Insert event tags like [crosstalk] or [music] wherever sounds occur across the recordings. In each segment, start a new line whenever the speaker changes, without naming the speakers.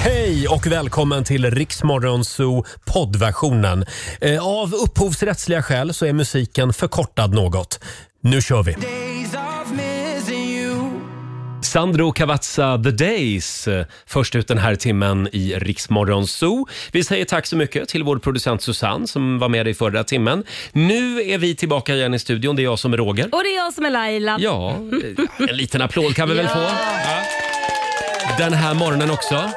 Hej och välkommen till Riksmorgonzoo poddversionen. Eh, Av upphovsrättsliga skäl så är musiken förkortad något. Nu kör vi! Sandro Cavazza The Days, eh, först ut den här timmen i Riksmorgon Zoo. Vi säger tack så mycket till vår producent Susanne som var med i förra timmen. Nu är vi tillbaka igen i studion, det är jag som är Roger.
Och det är jag som är Laila.
Ja, eh, en liten applåd kan vi väl få? Ja. Den här morgonen också.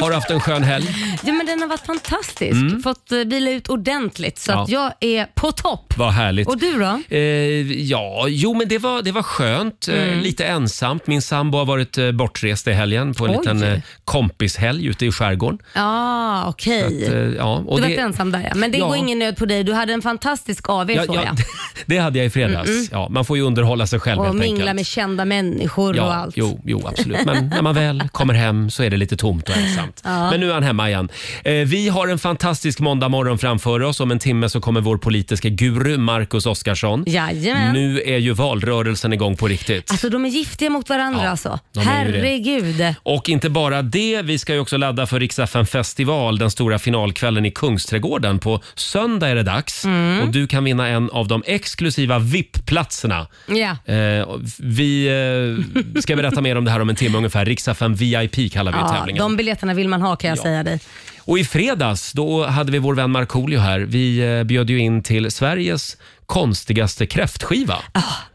Har du haft en skön helg?
Ja, men den har varit fantastisk.
Mm.
Fått eh, vila ut ordentligt så att jag är på topp.
Vad härligt.
Och du då?
Eh, ja, jo men det var, det var skönt. Eh,
Mm.
lite ensamt. Min sambo har varit eh, bortrest i helgen på en
Oj.
liten eh, kompishelg ute i skärgården.
Ja, okej.
Att, eh, ja, och
Du var
det-
inte ensam där ja. Men det
Ja.
går ingen nöd på dig. Du hade en fantastisk AW
Ja,
såg
ja,
jag.
[laughs] det hade jag i fredags. Ja, man får ju underhålla sig själv
Och
helt
mingla
enkelt.
med kända människor och allt.
Jo, jo, absolut. Men när man väl kommer hem så är det lite
[laughs]
tomt och ensamt. Men nu är han hemma igen. Eh, Vi har en fantastisk måndagmorgon framför oss. Om en timme så kommer vår politiska guru Marcus Oskarsson.
Jajamän.
Nu är ju valrörelsen igång på riktigt.
Alltså de är giftiga mot varandra
Ja,
alltså.
de är ju det.
Herregud.
Och inte bara det, vi ska ju också ladda för Riksdagen festival, den stora finalkvällen i Kungsträdgården. På söndag är det dags
Mm.
och du kan vinna en av de exklusiva VIP-platserna.
Ja.
Eh, och vi eh, ska berätta mer om det här om en timme ungefär. Riksdagen VIP kallar vi
Ja,
tävlingen.
de biljetterna vill man ha kan jag
Ja.
säga dig.
Och i fredags då hade vi vår vän Markoolio här. Vi eh, bjöd ju in till Sveriges konstigaste kräftskiva.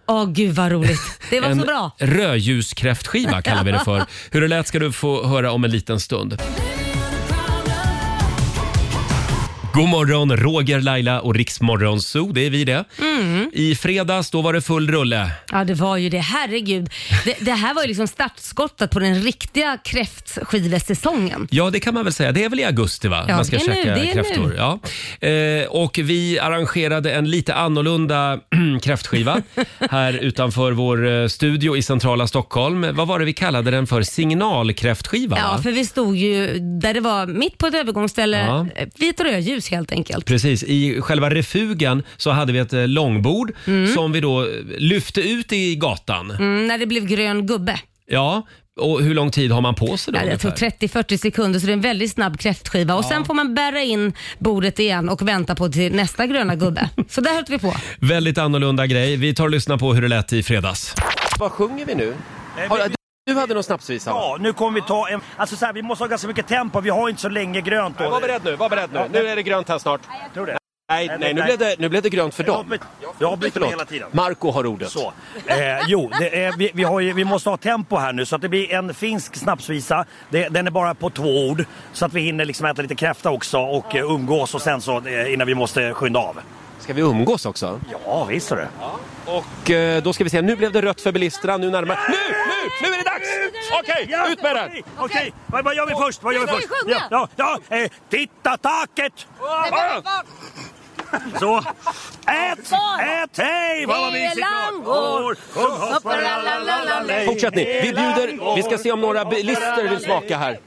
Åh gud vad roligt. Det var
en
så bra.
rödljuskräftskiva kallar vi det
[laughs]
för. Hur det lät ska du få höra om en liten stund. God morgon, Roger, Laila och Riksmorgon Zoo. Det är vi det.
Mm.
I fredags då var det full rulle.
Ja, det var ju det. Herregud. Det, det här var ju liksom startskottet på den riktiga kräftskivesäsongen.
Ja, det kan man väl säga. Det är väl i augusti va?
Ja,
man ska
det är nu,
käka
det är
kräftor.
nu.
Ja. Eh, och vi arrangerade en lite annorlunda [clears throat]
[laughs]
kräftskiva här utanför vår eh, studio i centrala Stockholm. Vad var det vi kallade den för? Signalkräftskiva?
Ja,
va?
för vi stod ju där det var mitt på ett övergångsställe
Ja.
eh, vid ett rödljus helt enkelt.
Precis, i själva refugen så hade vi ett eh, långbord som vi då eh, lyfte ut i gatan.
Mm, när det blev grön gubbe.
Ja, och hur lång tid har man på sig då?
Ja, jag tror
ungefär?
30-40 sekunder, så det är en väldigt snabb kräftskiva. Och Sen får man bära in bordet igen och vänta på till nästa gröna gubbe. så där höll vi på.
Väldigt annorlunda grej. Vi tar och lyssnar på hur det lät i fredags. Vad sjunger vi nu? Har, du, du hade någon snapsvisa? va?
Ja, nu kommer vi ta en... Alltså så här, vi måste ha ganska mycket tempo, vi har inte så länge grönt då.
Var beredd nu, var beredd nu. Nu är det grönt här snart.
Tror det.
Nej, nej, nu blev det, nu blev det grönt för dem.
Jag har blivit med
Förlåt.
hela tiden.
Marco har ordet.
Så. Eh, jo, det är, vi, vi, har ju, vi måste ha tempo här nu så att det blir en finsk snapsvisa. Det, den är bara på två ord. Så att vi hinner liksom äta lite kräfta också och eh, umgås och sen så eh, innan vi måste skynda av.
Ska vi umgås också?
Ja, visst är det.
Och eh, då ska vi se, nu blev det rött för bilisterna, nu närmar... Nu, nu, nu är det dags! Okej, ut med den!
Okej, okej. Vad, vad gör vi först? Vad gör vi
ska vi
först?
sjunga.
Ja, ja, ja, eh, titta taket! Så. Ät, ät, hej! Vad var mysigt!
Elan går.
Sjung hopp, la, la, la, la, la.
Fortsätt ni, vi bjuder, vi ska se om några bilister vill smaka här.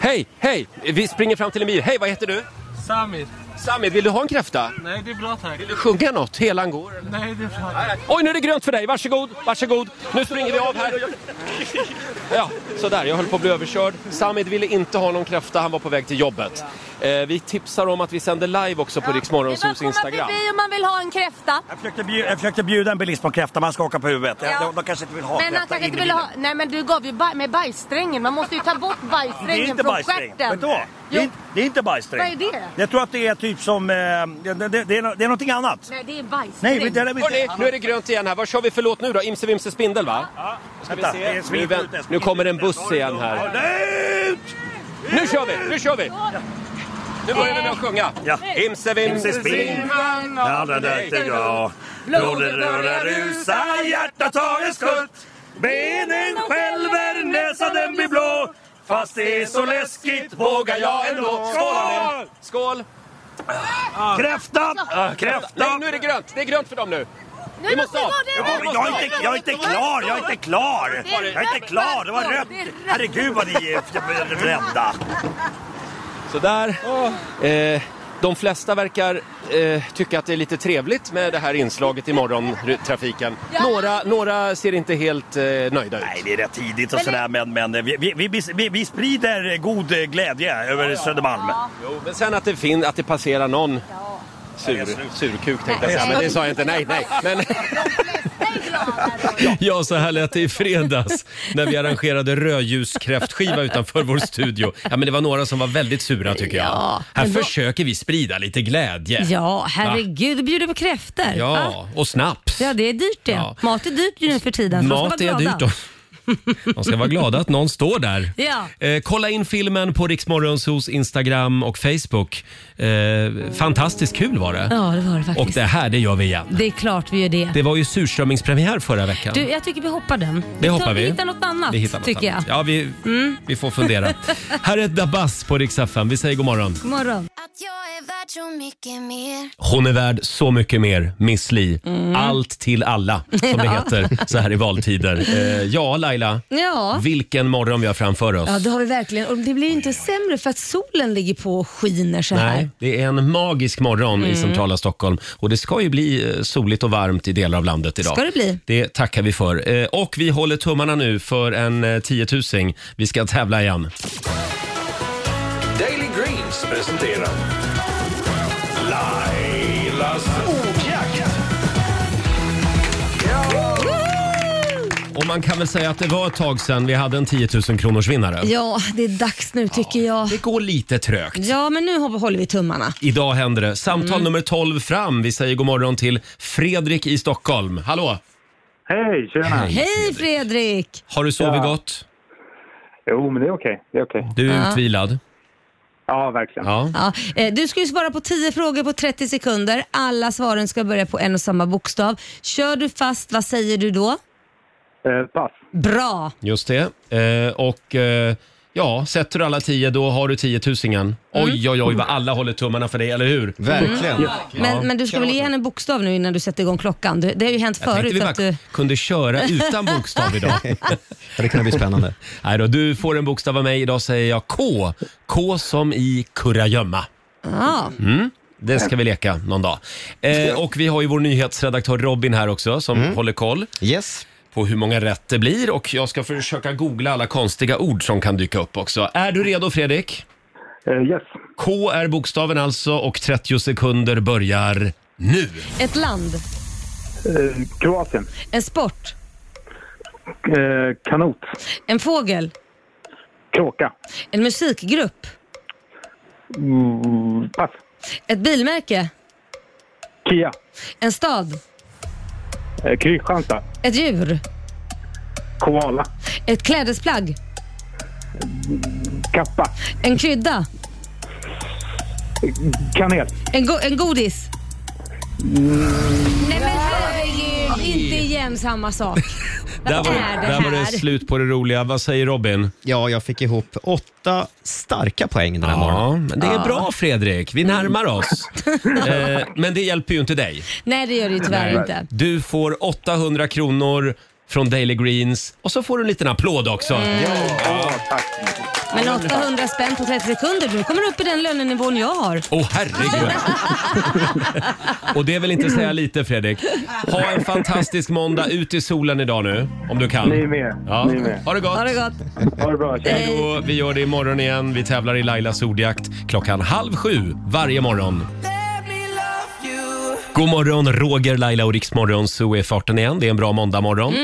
Hej, hej! Vi springer fram till Emir. Hej, vad heter du?
Samir.
Samir, vill du ha en kräfta?
Nej, det är bra tack.
Vill du sjunga något? Helan går? eller?
Nej, det är bra.
Oj, nu är det grönt för dig. Varsågod, varsågod. Nu springer vi av här. Ja, sådär. Jag höll på att bli överkörd. Samid ville inte ha någon kräfta. Han var på väg till jobbet. Eh, vi tipsar om att vi sänder live också på Rix Morgonzoos Instagram.
om man vill ha en kräfta.
Jag försökte, bjuda, jag försökte bjuda en bilist på en kräfta, man skakar på huvudet.
Ja.
De, de kanske inte vill ha kräfta in i bilen.
Nej, men du gav ju med bajssträngen. Man måste ju ta bort
Det är
bajssträngen
inte bajssträng. Vet du vad? Det är, inte- det är inte bajssträng.
Vad är det?
Jag tror att det är typ som... Eh, det, det, det, är, no- det är någonting annat.
Nej, det är
Nej,
bajssträng.
men det är
Hörrni,
inte...
nu är det grönt igen här. Vad kör vi för låt nu då? Imse Vimse Spindel, va?
Ska vi
se. Nu vänt- nu kommer en buss igen här.
Ut!
Nu kör vi! Nu kör vi! Nu börjar vi med att sjunga.
Ja.
Imse Vimse
Imse Spindel.
Spindel.
Ja, det där tycker jag. Blodet börjar rusa, hjärtat tar en skutt. Benen skälver, näsan den blir blå. Fast det är så läskigt vågar jag ändå. Skål! Ah.
Skål! Skål!
Kräfta!
Nej,
Kräfta!
nu är det grönt. Det är grönt för dem nu. Vi måste av!
Ja, men Jag är, inte, jag är inte klar, jag är inte klar! Jag är inte klar, det var rött! Herregud vad ni är rädda!
Sådär. Eh, De flesta verkar eh, tycka att det är lite trevligt med det här inslaget i morgontrafiken. Några, några ser inte helt eh, nöjda ut.
Nej, det är rätt tidigt och sådär, men, men eh, vi, vi, vi, vi, vi sprider god eh, glädje över Södermalm.
Jo, men sen att det, fin- att det passerar någon sur, surkuk tänkte jag säga, men det sa jag inte. Nej, nej. Men... Ja, så här lät det i fredags när vi arrangerade rödljuskräftskiva utanför vår studio. Ja, men det var några som var väldigt sura tycker jag.
Ja,
här
men då-
försöker vi sprida lite glädje.
Ja, herregud. Du bjuder på kräftor. Va?
Ja, och snaps.
ja, det är dyrt det.
Ja.
Mat är dyrt nu för tiden. så man
Mat
ska
är
vara glada.
dyrt. Då. De ska vara glada att någon står där.
Ja.
Eh, kolla in filmen på Riksmorgonsos Instagram och Facebook. Eh, fantastiskt kul var det.
Ja, det var det
Och
faktiskt.
det
Det...
här, det gör vi igen.
är klart vi gör det.
Det var ju surströmmingspremiär förra veckan.
Du, jag tycker vi hoppar den.
det hoppar
tar,
vi.
Vi hittar något annat,
Vi hittar något
tycker
annat.
jag.
Ja, vi, vi
[laughs]
får fundera. här är Dabas på Rix FM. Vi säger god morgon.
[laughs] God morgon.
Att jag är värd så mycket mer
Hon är värd så mycket mer, Miss Li. Allt till alla, som det heter så här i valtider. Eh, ja, Laila.
Ja.
Vilken morgon vi har framför oss.
Ja, det har vi verkligen. Och det blir ju inte sämre för att solen ligger på och skiner så här.
Nej, det är en magisk morgon i centrala Stockholm och det ska ju bli eh, soligt och varmt i delar av landet idag.
Ska det bli.
Det tackar vi för. Eh, Och vi håller tummarna nu för en eh, 10 000. Vi ska tävla igen.
Daily Greens presenterar Lailas ordjakt.
Och man kan väl säga att det var ett tag sedan vi hade en 10 000 kronors vinnare.
Ja, det är dags nu tycker jag.
Det går lite trögt.
Ja, men nu hå- håller vi tummarna.
Idag händer det. Samtal
Mm.
nummer 12 fram. Vi säger god morgon till Fredrik i Stockholm. Hallå!
Hej, tjena!
Hej Fredrik!
Har du sovit gott?
Jo, men det är okej. Det är okej.
Du är utvilad?
Ja, verkligen.
Ja.
Ja, eh, du ska ju svara på 10 frågor på 30 sekunder. Alla svaren ska börja på en och samma bokstav. Kör du fast, vad säger du då?
Eh, pass.
Bra!
Just det. Eh, och eh, ja, sätter du alla tio då har du
Mm.
tiotusingen. Oj, oj, oj vad alla håller tummarna för dig, eller hur?
Verkligen.
Men, men du ska väl ge henne en bokstav nu innan du sätter igång klockan? Det, det har ju hänt
Jag tänkte vi
förut
bara
att du...
kunde köra
[laughs]
utan bokstav idag.
Det kan bli spännande.
Nej då, du får en bokstav av mig. Idag säger jag K. K som i kurragömma.
Ja.
Mm. Det ska vi leka någon dag. Eh, och vi har ju vår nyhetsredaktör Robin här också som håller koll
Mm. Yes.
på hur många rätt det blir och jag ska försöka googla alla konstiga ord som kan dyka upp också. Är du redo Fredrik?
Eh, yes.
K är bokstaven alltså och 30 sekunder börjar nu.
Ett land,
Eh, Kroatien.
en sport,
Eh, kanot.
en fågel,
Kråka.
en musikgrupp,
Mm, pass.
ett bilmärke,
Kia.
en stad,
Eh, Kristianstad.
ett djur,
Koala.
ett klädesplagg,
Kappa.
en krydda,
Kanel.
en, go- en godis.
Mm.
Nej men herregud, inte igen samma sak.
[laughs] Där var,
är det
där var det
här?
slut på det roliga. Vad säger Robin?
Ja, jag fick ihop åtta starka poäng den här morgonen.
Ja, men det är bra Fredrik. Vi närmar oss. eh, men det hjälper ju inte dig.
Nej det gör det ju tyvärr inte.
Du får 800 kronor från Daily Greens och så får du en liten applåd också.
Men 800 spänn på 30 sekunder, du kommer upp i den lönenivån jag har.
Åh herregud! och det vill inte säga lite Fredrik. Ha en fantastisk måndag ut i solen idag nu om du kan.
Ni är med.
Ja.
Ni är med.
Ha det gott!
Ha det gott. Eh,
Ha det bra. Tjena.
Och vi gör det imorgon igen. Vi tävlar i Lailas ordjakt klockan halv sju varje morgon. God morgon, Roger, Laila och Riksmorgon. Så är farten igen. Det är en bra måndagmorgon.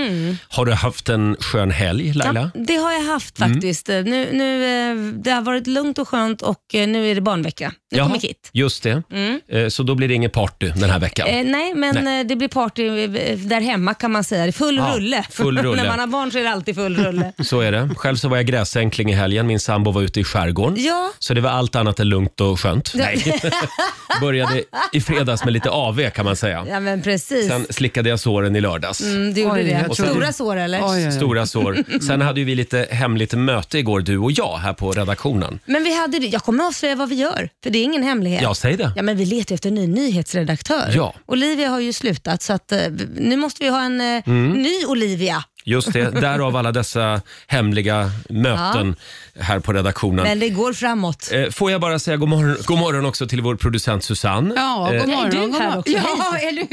Har du haft en skön helg, Laila?
Mm.
Mm.
Ja, det har jag haft faktiskt. Nu, nu, eh, det har varit lugnt och skönt och eh, nu är det barnvecka. Nu
Jaha,
kommer Kit.
Just det. Eh, Så då blir det ingen party den här veckan.
Mm. Eh, nej, men eh, det blir party eh, där hemma kan man säga. Det är Full
Ja,
rulle.
Ah, full
[laughs]
rulle.
När man har barn så är det alltid full rulle.
Så är det. Själv så var jag gräsänkling i helgen. Min sambo var ute i skärgården.
Ja.
Så det var allt annat än lugnt och skönt. [laughs] Nej.
[laughs]
Började i fredags med lite AV kan man säga.
Ja, men precis.
Sen slickade jag såren i lördags.
Mm, du gjorde
Oj,
det.
jag trodde-
Stora sår eller? [laughs]
Stora sår. Sen hade ju vi lite hemligt möte igår, du och jag, här på redaktionen.
Men vi hade det. Jag kommer avslöja vad vi gör, för det är ingen hemlighet.
Ja, säg det.
Ja, men vi letar efter en ny nyhetsredaktör.
Ja. Mm.
Olivia har ju slutat, så att, eh, nu måste vi ha en eh, ny Olivia.
Just det, därav alla dessa hemliga möten här på redaktionen.
Men det går framåt.
Eh, Får jag bara säga god morgon, god morgon också till vår producent Susanne.
Ja, god morgon.
du
god
här
morgon.
också?
Ja, eller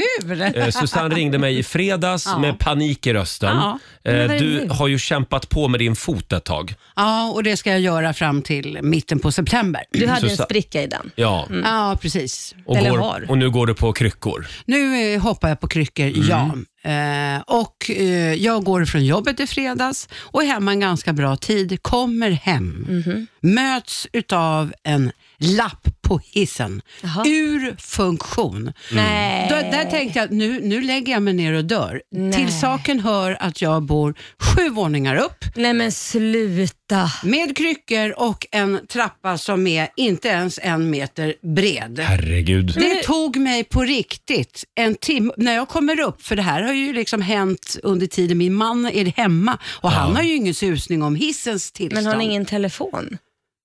hur?
Eh, Susanne ringde mig i fredags med panik i rösten.
Ja.
Eh,
vad är det
Du
nu?
har ju kämpat på med din fot ett tag.
[laughs] Ja, och det ska jag göra fram till mitten på september.
Du hade en
Susa-
spricka i den.
Ja,
Ja, precis.
och,
Mm. Eller
går,
har.
och nu går du på kryckor.
Nu eh, hoppar jag på kryckor, ja. Eh, och eh, jag går från jobbet i fredags och är hemma en ganska bra tid. Kommer hem,
Mhm.
möts utav en lapp på hissen. Ur funktion.
Nej.
Då, där tänkte jag, nu, nu lägger jag mig ner och dör. Till saken hör att jag bor sju våningar upp
Nej men sluta.
med kryckor och en trappa som är inte ens en meter bred.
Herregud.
Det tog mig på riktigt en timme, när jag kommer upp, för det här har ju liksom hänt under tiden min man är hemma och han har ju ingen susning om hissens tillstånd.
Men har ni ingen telefon?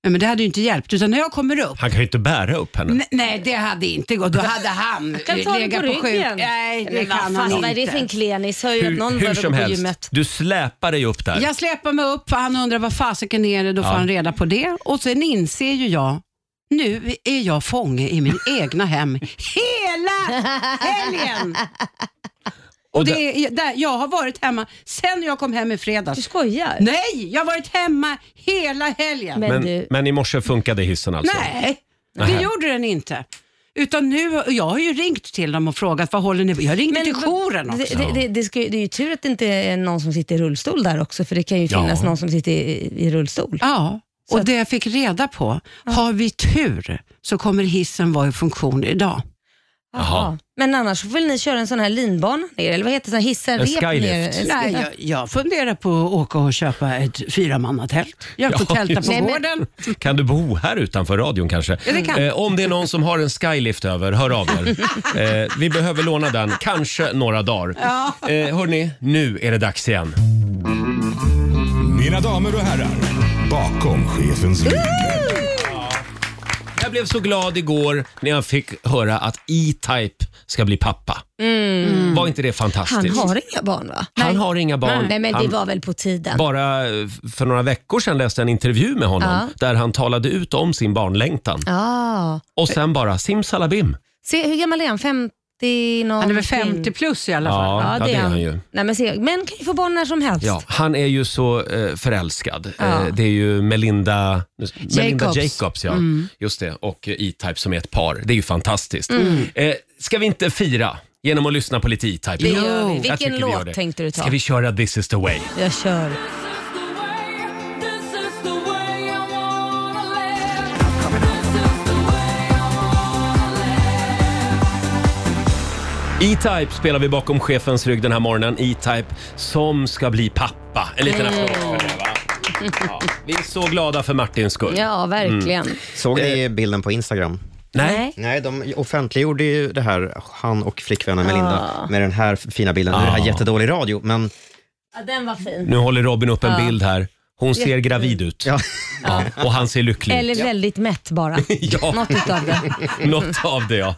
Nej, men det hade ju inte hjälpt, utan när jag kommer upp
Han kan ju inte bära upp henne.
Nej, Nej, det hade inte gått. Då hade han
[laughs] kan
eh,
ta den
legat
på
på
ryggen.
sjuk. Nej, det
Men vad
kan
fan,
han
Vad är det för en
inte.
klenis? Hör ju att någon
Hur, hur
behöver
som
gå på
helst,
gymmet.
du släpar dig upp där.
Jag släpar mig upp, för han undrar vad fasiken är det, då får han reda på det. Och sen inser ju jag, nu är jag fånge i min egna hem hela helgen. Och
där-
det är, där, jag har varit hemma sen jag kom hem i
Du
fredags.
skojar?
Nej, jag har varit hemma hela helgen.
Men,
men,
du,
men i morse funkade hissen alltså?
Nej, det gjorde den inte. Utan nu, jag har ju ringt till dem och frågat vad håller ni på Jag ringde
men
till jouren också.
Det, det, det, det, ska, ju- det är ju tur att det inte är någon som sitter i rullstol där också, för det kan ju
Ja.
finnas någon som sitter i, i rullstol.
Ja, och det jag fick reda på, har vi tur så kommer hissen vara i funktion idag.
Jaha.
Men annars får väl ni köra en sån här linbana ner, eller vad heter det, sån här hissa, rep
skylift.
ner?
Nej, jag, jag funderar på att åka och köpa ett fyramannatält. Jag får
[laughs] Ja,
tälta
just
på
det.
gården.
Kan du bo här utanför radion kanske?
Ja, det kan.
Eh, om det är någon som har en skylift över, hör av er.
[laughs]
Eh, vi behöver låna den, kanske några dagar. Eh, hörni, nu är det dags igen.
Mina damer och herrar, bakom chefens rygg.
Jag blev så glad igår när jag fick höra att E-Type ska bli pappa.
Mm.
Var inte det
Mm. Han
fantastiskt?
har inga barn va?
Han har inga barn.
Nej men det
Han-
var väl på tiden.
Bara eh, för några veckor sedan läste jag en intervju med honom
Ja.
där han talade ut om sin barnlängtan.
Ah.
Och sen bara simsalabim.
Se, hur gammal är han? 50 någonting?
Han är väl 50 plus i alla fall.
Ja, ja, det är han ju.
Nej, men se, män kan ju få barn när som helst.
Ja, han är ju så eh, förälskad.
Ja.
Eh, det är ju Melinda, Melinda
Jacobs.
Jacobs ja.
Mm.
Just det. och eh, E-Type som är ett par. Det är ju fantastiskt.
Mm.
Eh, ska vi inte fira genom att lyssna på lite E-Type?
Det gör vi.
Jag tycker
Vilken
vi gör det.
låt tänkte du ta?
Ska vi köra This is the way?
Jag kör.
E-Type spelar vi bakom chefens rygg den här morgonen. E-Type som ska bli pappa. En liten applåd för det va? Ja, vi är så glada för Martins skull. Mm. Eh.
Ja, verkligen.
Såg ni bilden på Instagram?
Nej?
Nej, de offentliggjorde ju det här, han och flickvännen Melinda, med den här fina bilden. Nu är det här jättedålig radio, men
Ja, den var fin.
Ah. Nu håller Robin upp en bild här. Hon ser gravid ut.
ja,
Ja, och han ser lycklig ut.
Eller väldigt mätt bara.
[laughs] Ja.
Något utav det.
[laughs] Något av det ja.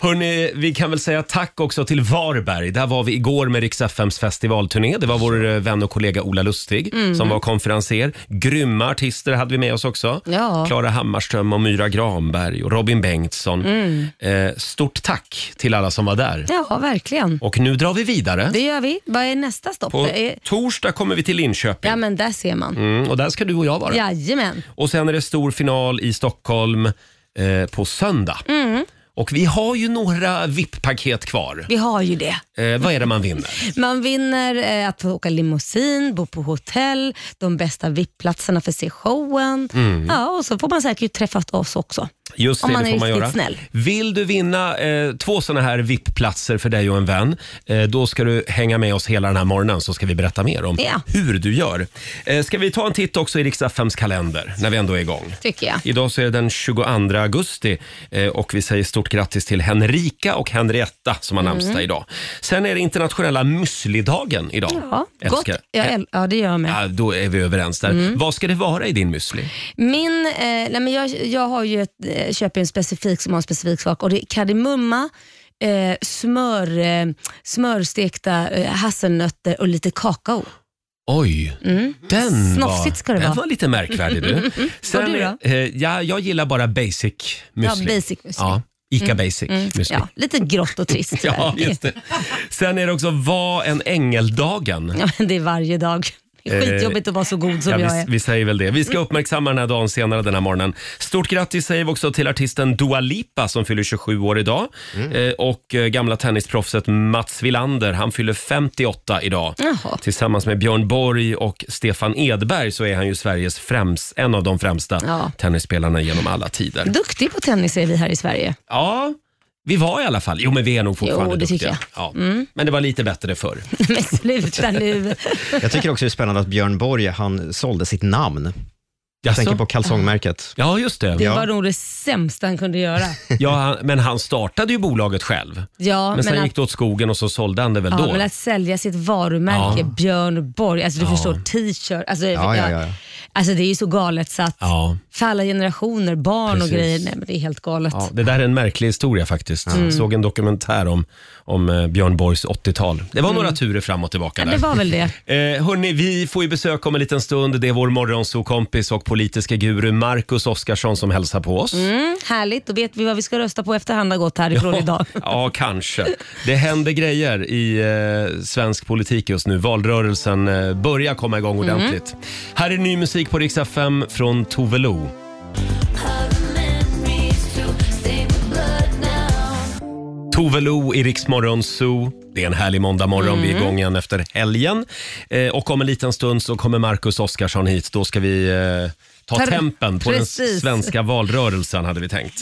Hörrni, vi kan väl säga tack också till Varberg. Där var vi igår med Rix FMs festivalturné. Det var vår eh, vän och kollega Ola Lustig
Mm.
som var konferenser. Grymma artister hade vi med oss också.
Ja.
Klara Hammarström och Myra Granberg och Robin Bengtsson.
Mm.
Eh, stort tack till alla som var där.
Ja, verkligen.
Och nu drar vi vidare.
Det gör vi. Vad är nästa stopp?
På
Är-
torsdag kommer vi till Linköping
Ja, men där ser man.
mm, och där ska du och jag vara.
Jajamän.
Och sen är det stor final i Stockholm eh, på söndag.
Mm.
Och vi har ju några VIP-paket kvar.
Vi har ju det.
Eh, vad är det man vinner?
Man vinner eh, att få åka limousin, bo på hotell, de bästa VIP-platserna för sig showen.
Mm.
Ja, och så får man säkert träffa oss också.
Just
Om
det,
man
det
är
får man
riktigt
göra.
snäll.
Vill du vinna eh, två såna här VIP-platser för dig och en vän, eh, då ska du hänga med oss hela den här morgonen så ska vi berätta mer om
Ja.
hur du gör. Eh, ska vi ta en titt också i Riks-FMs kalender när vi ändå är igång?
Tycker jag.
Idag så är det den 22 augusti eh, och vi säger stort grattis till Henrika och Henrietta som har
Mm.
namnsdag idag. Sen är det internationella müslidagen idag.
Ja, gott.
Älskar-
Jag
Ä-
äl- ja, det gör jag med.
Ja, då är vi överens där.
Mm.
Vad ska det vara i din müsli?
Min, eh, nej men jag, jag har ju ett, eh, köper en specifik som har en specifik smak och det är kardemumma, eh, smör, eh, smörstekta eh, hasselnötter och lite kakao. Mm.
Oj, den, var,
Snofsigt ska det
den
vara.
var lite
[laughs]
märkvärdig du.
Och du då?
eh, ja, jag gillar bara basic
Ja,
müsli.
basic müsli. Mm.
Ja, Ica basic müsli.
Ja, lite grått och
[laughs]
trist.
Ja, just det. Sen är det också vad en ängeldagen.
[laughs] Ja, men det är varje dag. Det är
Eh,
Skitjobbigt att vara så god som
Ja,
jag
vi,
är.
vi säger väl det. Vi ska uppmärksamma den här dagen senare den här morgonen. Stort grattis säger vi också till artisten Dua Lipa som fyller 27 år idag. Eh, och eh, gamla tennisproffset Mats Wilander, han fyller 58 idag.
Jaha.
Tillsammans med Björn Borg och Stefan Edberg så är han ju Sveriges främst, en av de främsta
Ja.
tennisspelarna genom alla tider.
Duktig på tennis är vi här i Sverige. [laughs]
Ja, vi var i alla fall. Jo, men vi är nog fortfarande
Jo, det tycker Mm.
duktiga. Ja. Men det var lite bättre förr.
Men sluta nu.
Jag tycker också det är spännande att Björn Borg, han sålde sitt namn. Jag
Jaså?
tänker på kalsongmärket.
Ja, just det.
Det
Ja.
var nog det sämsta han kunde göra.
Ja, han, men han startade ju bolaget själv.
Ja,
Men sen
att,
gick det åt skogen och så sålde han det väl
ja,
då?
men att sälja sitt varumärke,
Ja.
Björn Borg, alltså du
Ja.
förstår, t-shirt. Alltså,
Ja, ja, ja.
alltså det är ju så galet så att
Ja.
för alla generationer, barn
Precis.
och grejer, nej men det är helt galet.
Ja, det där är en märklig historia faktiskt.
Mm.
Jag såg en dokumentär om, om eh, Björn Borgs 80-tal. Det var några turer fram och tillbaka
Mm. Ja,
där.
det var väl det.
Eh, hörni, vi får ju besök om en liten stund. Det är vår morgonsokompis och politiska guru Marcus Oskarsson som hälsar på oss.
Mm, härligt, då vet vi vad vi ska rösta på efter han har gått härifrån idag.
[laughs] Ja, kanske. Det händer grejer i eh, svensk politik just nu. Valrörelsen eh, börjar komma igång
Mm.
ordentligt. Här är ny musik på Rix FM från Tove Lo. Tove Lo i Rix Morgon Zoo. Det är en härlig måndag morgon.
Mm.
Vi är igång igen efter helgen. Eh, och om en liten stund så kommer Marcus Oskarsson hit. Då ska vi eh, ta
Tar-
tempen på den
Precis. Mm.
svenska valrörelsen hade vi tänkt.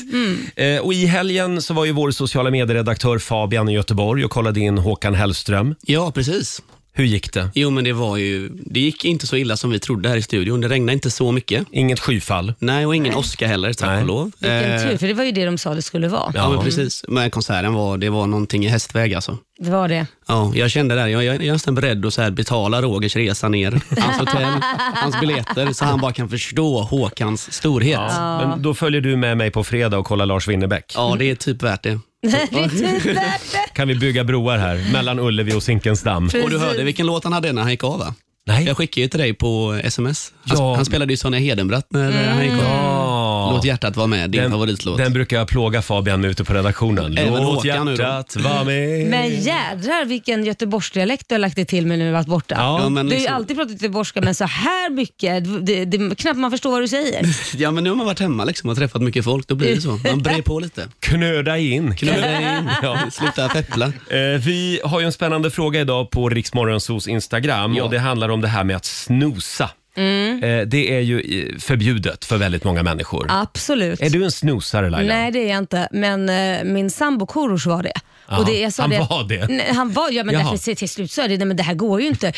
Eh, och i helgen så var ju vår sociala medieredaktör Fabian i Göteborg och kollade in Håkan Hellström.
Ja, precis.
Hur gick det?
Jo, men det var ju... Det gick inte så illa som vi trodde här i studion. Det regnade inte så mycket.
Inget skyfall?
Nej, och ingen åska heller, tack
Nej.
och lov.
Vilken
Eh,
tur, för det var ju det de sa det skulle vara.
Ja,
Mm.
men precis. Men konserten var, det var någonting i hästväg alltså.
Det var det.
Ja, jag kände där, jag, jag jag är nästan beredd att så här betala Rogers
[laughs]
resa ner, Alltså, hans hotell, hans biljetter, så han bara kan förstå Håkans storhet. Ja,
Men då följer du med mig på fredag och kollar Lars Winnerbäck.
det är typ värt det.
det är typ värt det.
Kan vi bygga broar här mellan Ullevi och Zinkensdamm?
Och du
Precis.
hörde vilken låt han hade när han gick av va?
Nej.
Jag skickade ju till dig på sms. Han,
Ja.
han spelade ju Sonja Hedenbratt när eh, han gick av.
Ja.
Låt hjärtat vara med, din favoritlåt.
den brukar jag plåga Fabian med ute på redaktionen.
Även
Låt
Håkan nu då.
hjärtat vara med.
Men
Eh.
jädrar vilken göteborgsdialekt du har lagt dig till med nu varit borta.
Ja,
Ja, men
du har ju
liksom-
alltid pratat göteborgska men så här mycket, det, det, är knappt man förstår vad du säger.
[laughs] Ja, men nu har man varit hemma liksom och träffat mycket folk, då blir det så. Man brer på lite.
Knöda in.
Knulla in,
[laughs] Ja.
sluta feppla.
Eh, Vi har ju en spännande fråga idag på Riksmorgonsos Instagram
Ja.
och det handlar om det här med att snosa.
Mm.
Eh, Det är ju eh, förbjudet för väldigt många människor.
Absolut.
Är du en snosare Laila?
Nej det är jag inte, men eh, min sambo Korosh var det.
Jaha,
det jag sa
han var det?
Nej, han var ja, men
Jaha.
därför, till slut sa jag det, nej, men det här går ju inte.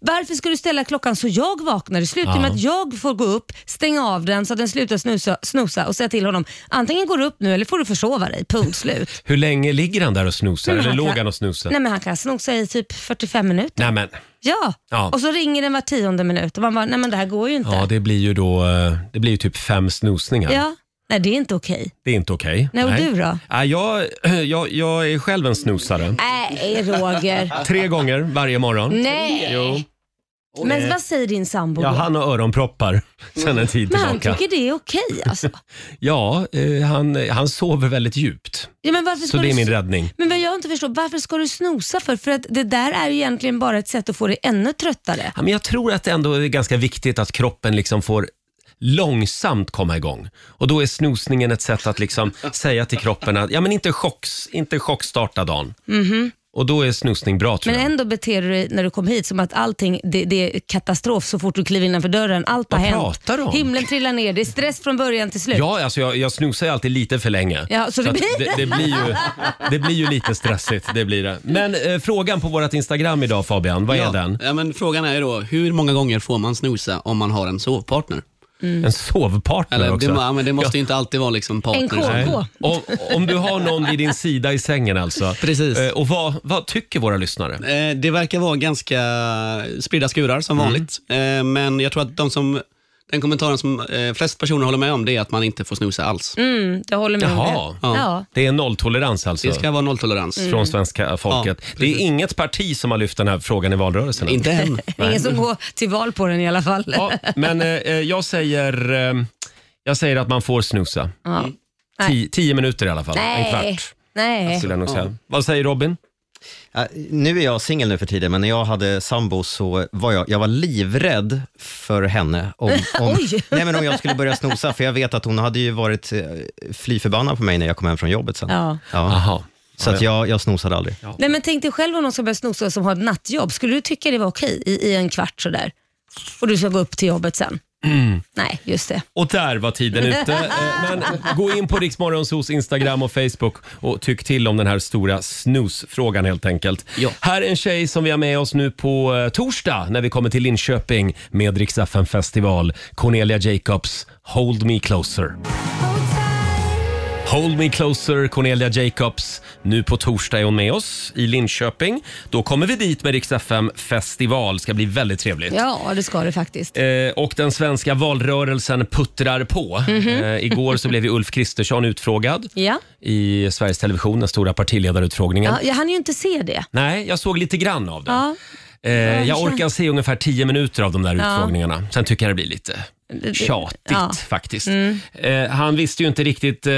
Varför ska du ställa klockan så jag vaknar? Det slutar
Ja.
med att jag får gå upp, stänga av den så att den slutar snusa, snosa och säga till honom antingen går du upp nu eller får du försova dig, punkt
[laughs]
slut.
Hur länge ligger han där och snosar?
Nej, men han
Eller låg
kan-
han och snosade?
Nej men han kan snosa i typ 45 minuter.
Nej men,
Ja.
Ja.
och så ringer den var tionde minut och man bara, nej men det här går ju inte.
ja det blir ju då, eh, det blir ju typ fem snosningar.
Ja. Nej det är inte okej.
Det är inte okej.
Nej, och du då?
Ja, jag, [clears throat] jag, jag är själv en snosare.
Nej
[laughs]
Roger.
Tre gånger varje morgon.
nej.
Jo. Eh,
Men vad säger din sambo
Ja,
då?
han har öronproppar [laughs] sedan en tid
Men han
tillbaka.
tycker det är okej alltså.
[laughs] Ja, eh, han, han sover väldigt djupt.
Ja, men varför
Så
ska
det är
du...
min räddning.
Men vad jag inte förstår, varför ska du snosa för? För att det där är ju egentligen bara ett sätt att få dig ännu tröttare.
Ja, men jag tror att det ändå är ganska viktigt att kroppen liksom får långsamt komma igång. Och då är snosningen ett sätt
[laughs]
att liksom säga till kroppen att ja, men inte, chocks, inte chockstarta dagen. Och då är snosning bra tror
Men
jag.
Mhm. ändå beter du dig när du kom hit som att allting, det, det är katastrof så fort du kliver innanför dörren. Allt har
Vad
hänt.
pratar du om?
Himlen trillar ner, det är stress från början till slut.
Ja, alltså jag, jag snosar ju alltid lite för länge.
Ja, så det
att
blir-
det, det,
[laughs]
blir ju, det blir ju lite stressigt. Det blir det. Men eh, frågan på vårt Instagram idag Fabian, vad är
ja.
den?
Ja, men frågan är ju då, hur många gånger får man snosa om man har en sovpartner?
Mm. En sovpartner
Eller, det,
också.
ja, men det måste ju inte alltid vara liksom
En
partner.
KK.
Om, om du har någon vid din sida i sängen alltså.
Precis.
Eh, Och vad, vad tycker våra lyssnare?
Eh,
Mm.
Det verkar vara ganska spridda skurar som vanligt, Eh, men jag tror att de som
den kommentaren som eh, flest personer håller med om det är att man inte får snusa alls.
Mm, jag håller med
Jaha.
om det. Ja.
Det är nolltolerans alltså?
Det ska vara nolltolerans.
Från
Mm.
svenska folket. det är inget parti som har lyft den här frågan i valrörelsen? än.
Inte än.
[laughs]
Nej.
Ingen som går till val på den i alla fall.
Ja, Men eh, eh, jag, säger, eh, jag säger att man får snusa.
Ja.
Ti- tio minuter i alla fall. En
Nej.
kvart.
Nej.
Skulle jag nog säga. Vad säger Robin?
Nu är jag singel nu för tiden, men när jag hade sambo så var jag, jag var livrädd för henne om, om,
[laughs] Oj.
nej, men om jag skulle börja snosa, för jag vet att hon hade ju varit eh, fly förbannad på mig när jag kom hem från jobbet sen.
Ja.
Så att jag, jag snosade aldrig.
Nej, men tänk dig själv om någon ska börja snosa som har ett nattjobb. Skulle du tycka det var okej i, i en kvart sådär? Och du ska gå upp till jobbet sen?
[clears throat]
Nej, just det.
Och där var tiden ute. Eh, Men gå in på Riksmorgonsos Instagram och Facebook och tyck till om den här stora snusfrågan helt enkelt. Här är en tjej som vi har med oss nu på eh, torsdag när vi kommer till Linköping med Riksaffen festival. Cornelia Jacobs, Hold Me Closer. Hold Me Closer, Cornelia Jacobs. Nu på torsdag är hon med oss i Linköping. Då kommer vi dit med Riks-FM festival. ska bli väldigt trevligt.
Ja, det ska du faktiskt.
Eh, och den svenska valrörelsen puttrar på.
Mhm.
Eh, igår så blev ju Ulf Kristersson utfrågad
Ja.
i Sveriges Television, den stora partiledarutfrågningen.
Ja, jag hann ju inte se det.
Nej, jag såg lite grann av den.
Ja.
Eh, jag orkar se ungefär 10 minuter av de där
Ja.
utfrågningarna. Sen tycker jag det blir lite
Det- det-
tjatigt
ja.
faktiskt.
Mm.
Eh, han visste ju inte riktigt eh,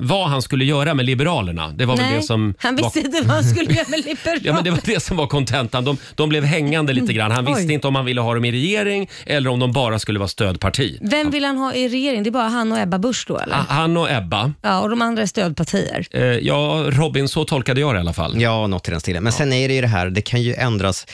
vad han skulle göra med Liberalerna. Det var
Nej,
väl det som
han
var-
visste inte vad han skulle göra med
[laughs]
liberalerna.
Ja,
[laughs]
men det var det som var kontentan. De, de blev hängande lite grann. Han visste
Oj.
inte om han ville ha dem i regering eller om de bara skulle vara stödparti.
Vem vill han ha i regering? Det är bara han och Ebba Busch då eller?
Ah, Han och Ebba.
Ja, och de andra är stödpartier.
Eh, ja, Robin, så tolkade jag det i alla fall.
Ja, något i den stilen. Men sen är det ju det här, det kan ju ändras.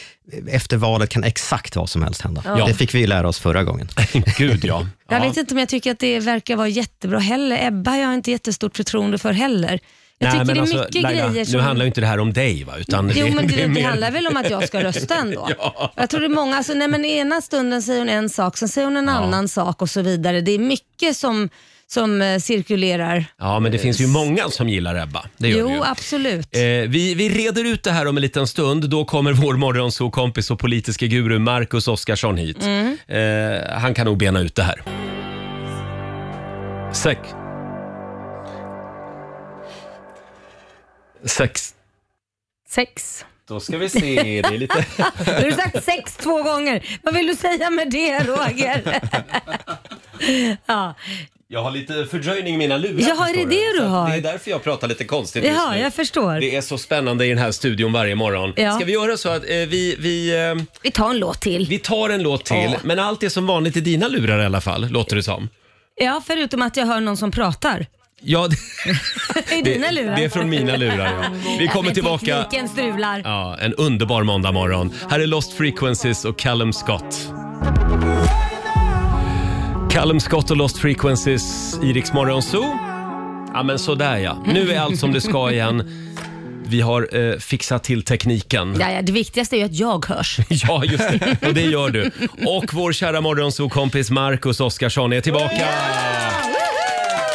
Efter valet kan exakt vad som helst hända.
Ja.
Det fick vi ju lära oss förra gången.
[laughs] Gud ja.
Jag vet inte om jag tycker att det verkar vara jättebra heller. Ebba har jag inte jättestort förtroende för heller. Jag tycker det är mycket
alltså, Laila,
grejer som...
Nu handlar ju inte det här om dig, va? Utan
Jo, men
är
det, det
mer-
handlar väl om att jag ska rösta ändå.
[laughs] ja.
Jag tror det är många, alltså, nej, men ena stunden säger hon en sak, sen säger hon en annan sak och så vidare. Det är mycket som, som eh, cirkulerar.
ja, men det finns ju många som gillar Ebba. Det gör
jo,
det ju.
absolut.
Eh, vi, vi reder ut det här om en liten stund. Då kommer [laughs] vår morgonsokompis och politiske guru Marcus Oskarsson hit.
Mm.
Eh, han kan nog bena ut det här. Sex. Sex.
Sex.
Då ska vi se. Det är lite...
Nu har [laughs] du sagt sex två gånger. Vad vill du säga med det,
[laughs]
Roger? ja.
Jag har lite fördröjning i mina lurar.
Jaha, är det
förstår du.
det du
Så att
har?
Det är därför jag pratar lite konstigt just
Jaha,
nu.
jag förstår.
Det är så spännande i den här studion varje morgon.
Ja.
Ska vi göra så att eh, vi... Vi, eh,
vi tar en låt till.
Vi tar en låt till,
Ja.
men allt är som vanligt i dina lurar i alla fall, låter det som.
Ja, förutom att jag hör någon som pratar.
Ja, det,
[laughs] I
det,
dina lurar.
det är från mina lurar. Ja. Vi kommer
men
tillbaka.
Tekniken strular.
Ja, en underbar måndagmorgon. Här är Lost Frequencies och Callum Scott. Callum Scott och Lost Frequencies i Rix Morgon Zoo. Ja, men sådär ja. Nu är allt som det ska igen. Vi har eh, fixat till tekniken.
Ja, ja, det viktigaste är ju att jag hörs.
[laughs] Ja, just det. Och det gör du. Och vår kära morgonsokompis Marcus Oskarsson är tillbaka.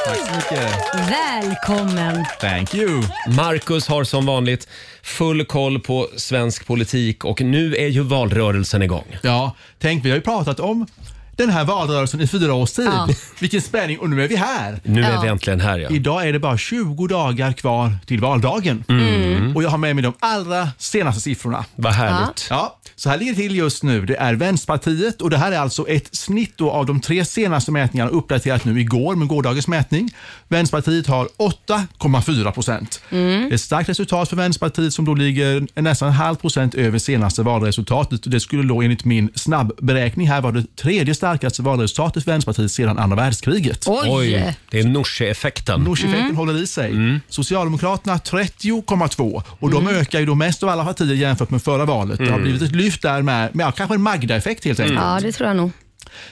Tack så mycket.
Välkommen!
Thank you. Marcus har som vanligt full koll på svensk politik och nu är ju valrörelsen igång.
Ja, tänk vi har ju pratat om den här valrörelsen i fyra års tid.
Ja.
[laughs] Vilken spänning och nu är vi här.
Nu är Ja. vi äntligen här ja.
Idag är det bara 20 dagar kvar till valdagen.
Mm.
Och jag har med mig de allra senaste siffrorna.
Vad härligt.
Ja, så här ligger det till just nu. Det är Vänsterpartiet och det här är alltså ett snitt då av de tre senaste mätningarna uppdaterat nu igår med gårdagens mätning. Vänsterpartiet har 8,4 procent.
Mm.
Ett starkt resultat för Vänsterpartiet som då ligger nästan en halv procent över senaste valresultatet. Det skulle då enligt min snabbberäkning här vara det tredje starkaste valresultatet för Vänsterpartiet sedan andra världskriget.
Oj, det är Nooshi-effekten. Mm.
Nooshi-effekten
Mm.
håller i sig. Socialdemokraterna 30,2 och
Mm.
de ökar ju då mest av alla partier jämfört med förra valet. Det har
Mm.
blivit ett lyft där med, med ja, kanske en Magda-effekt helt enkelt.
Ja, det tror jag nog.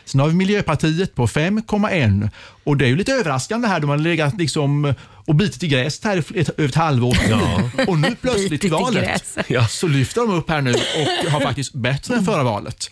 Sen har vi Miljöpartiet på 5,1 och det är ju lite överraskande här. De har legat liksom och bitit i gräset här i fl- ett, över ett halvår och nu plötsligt i valet
gräset.
så lyfter de upp här nu och har faktiskt bättre än förra valet.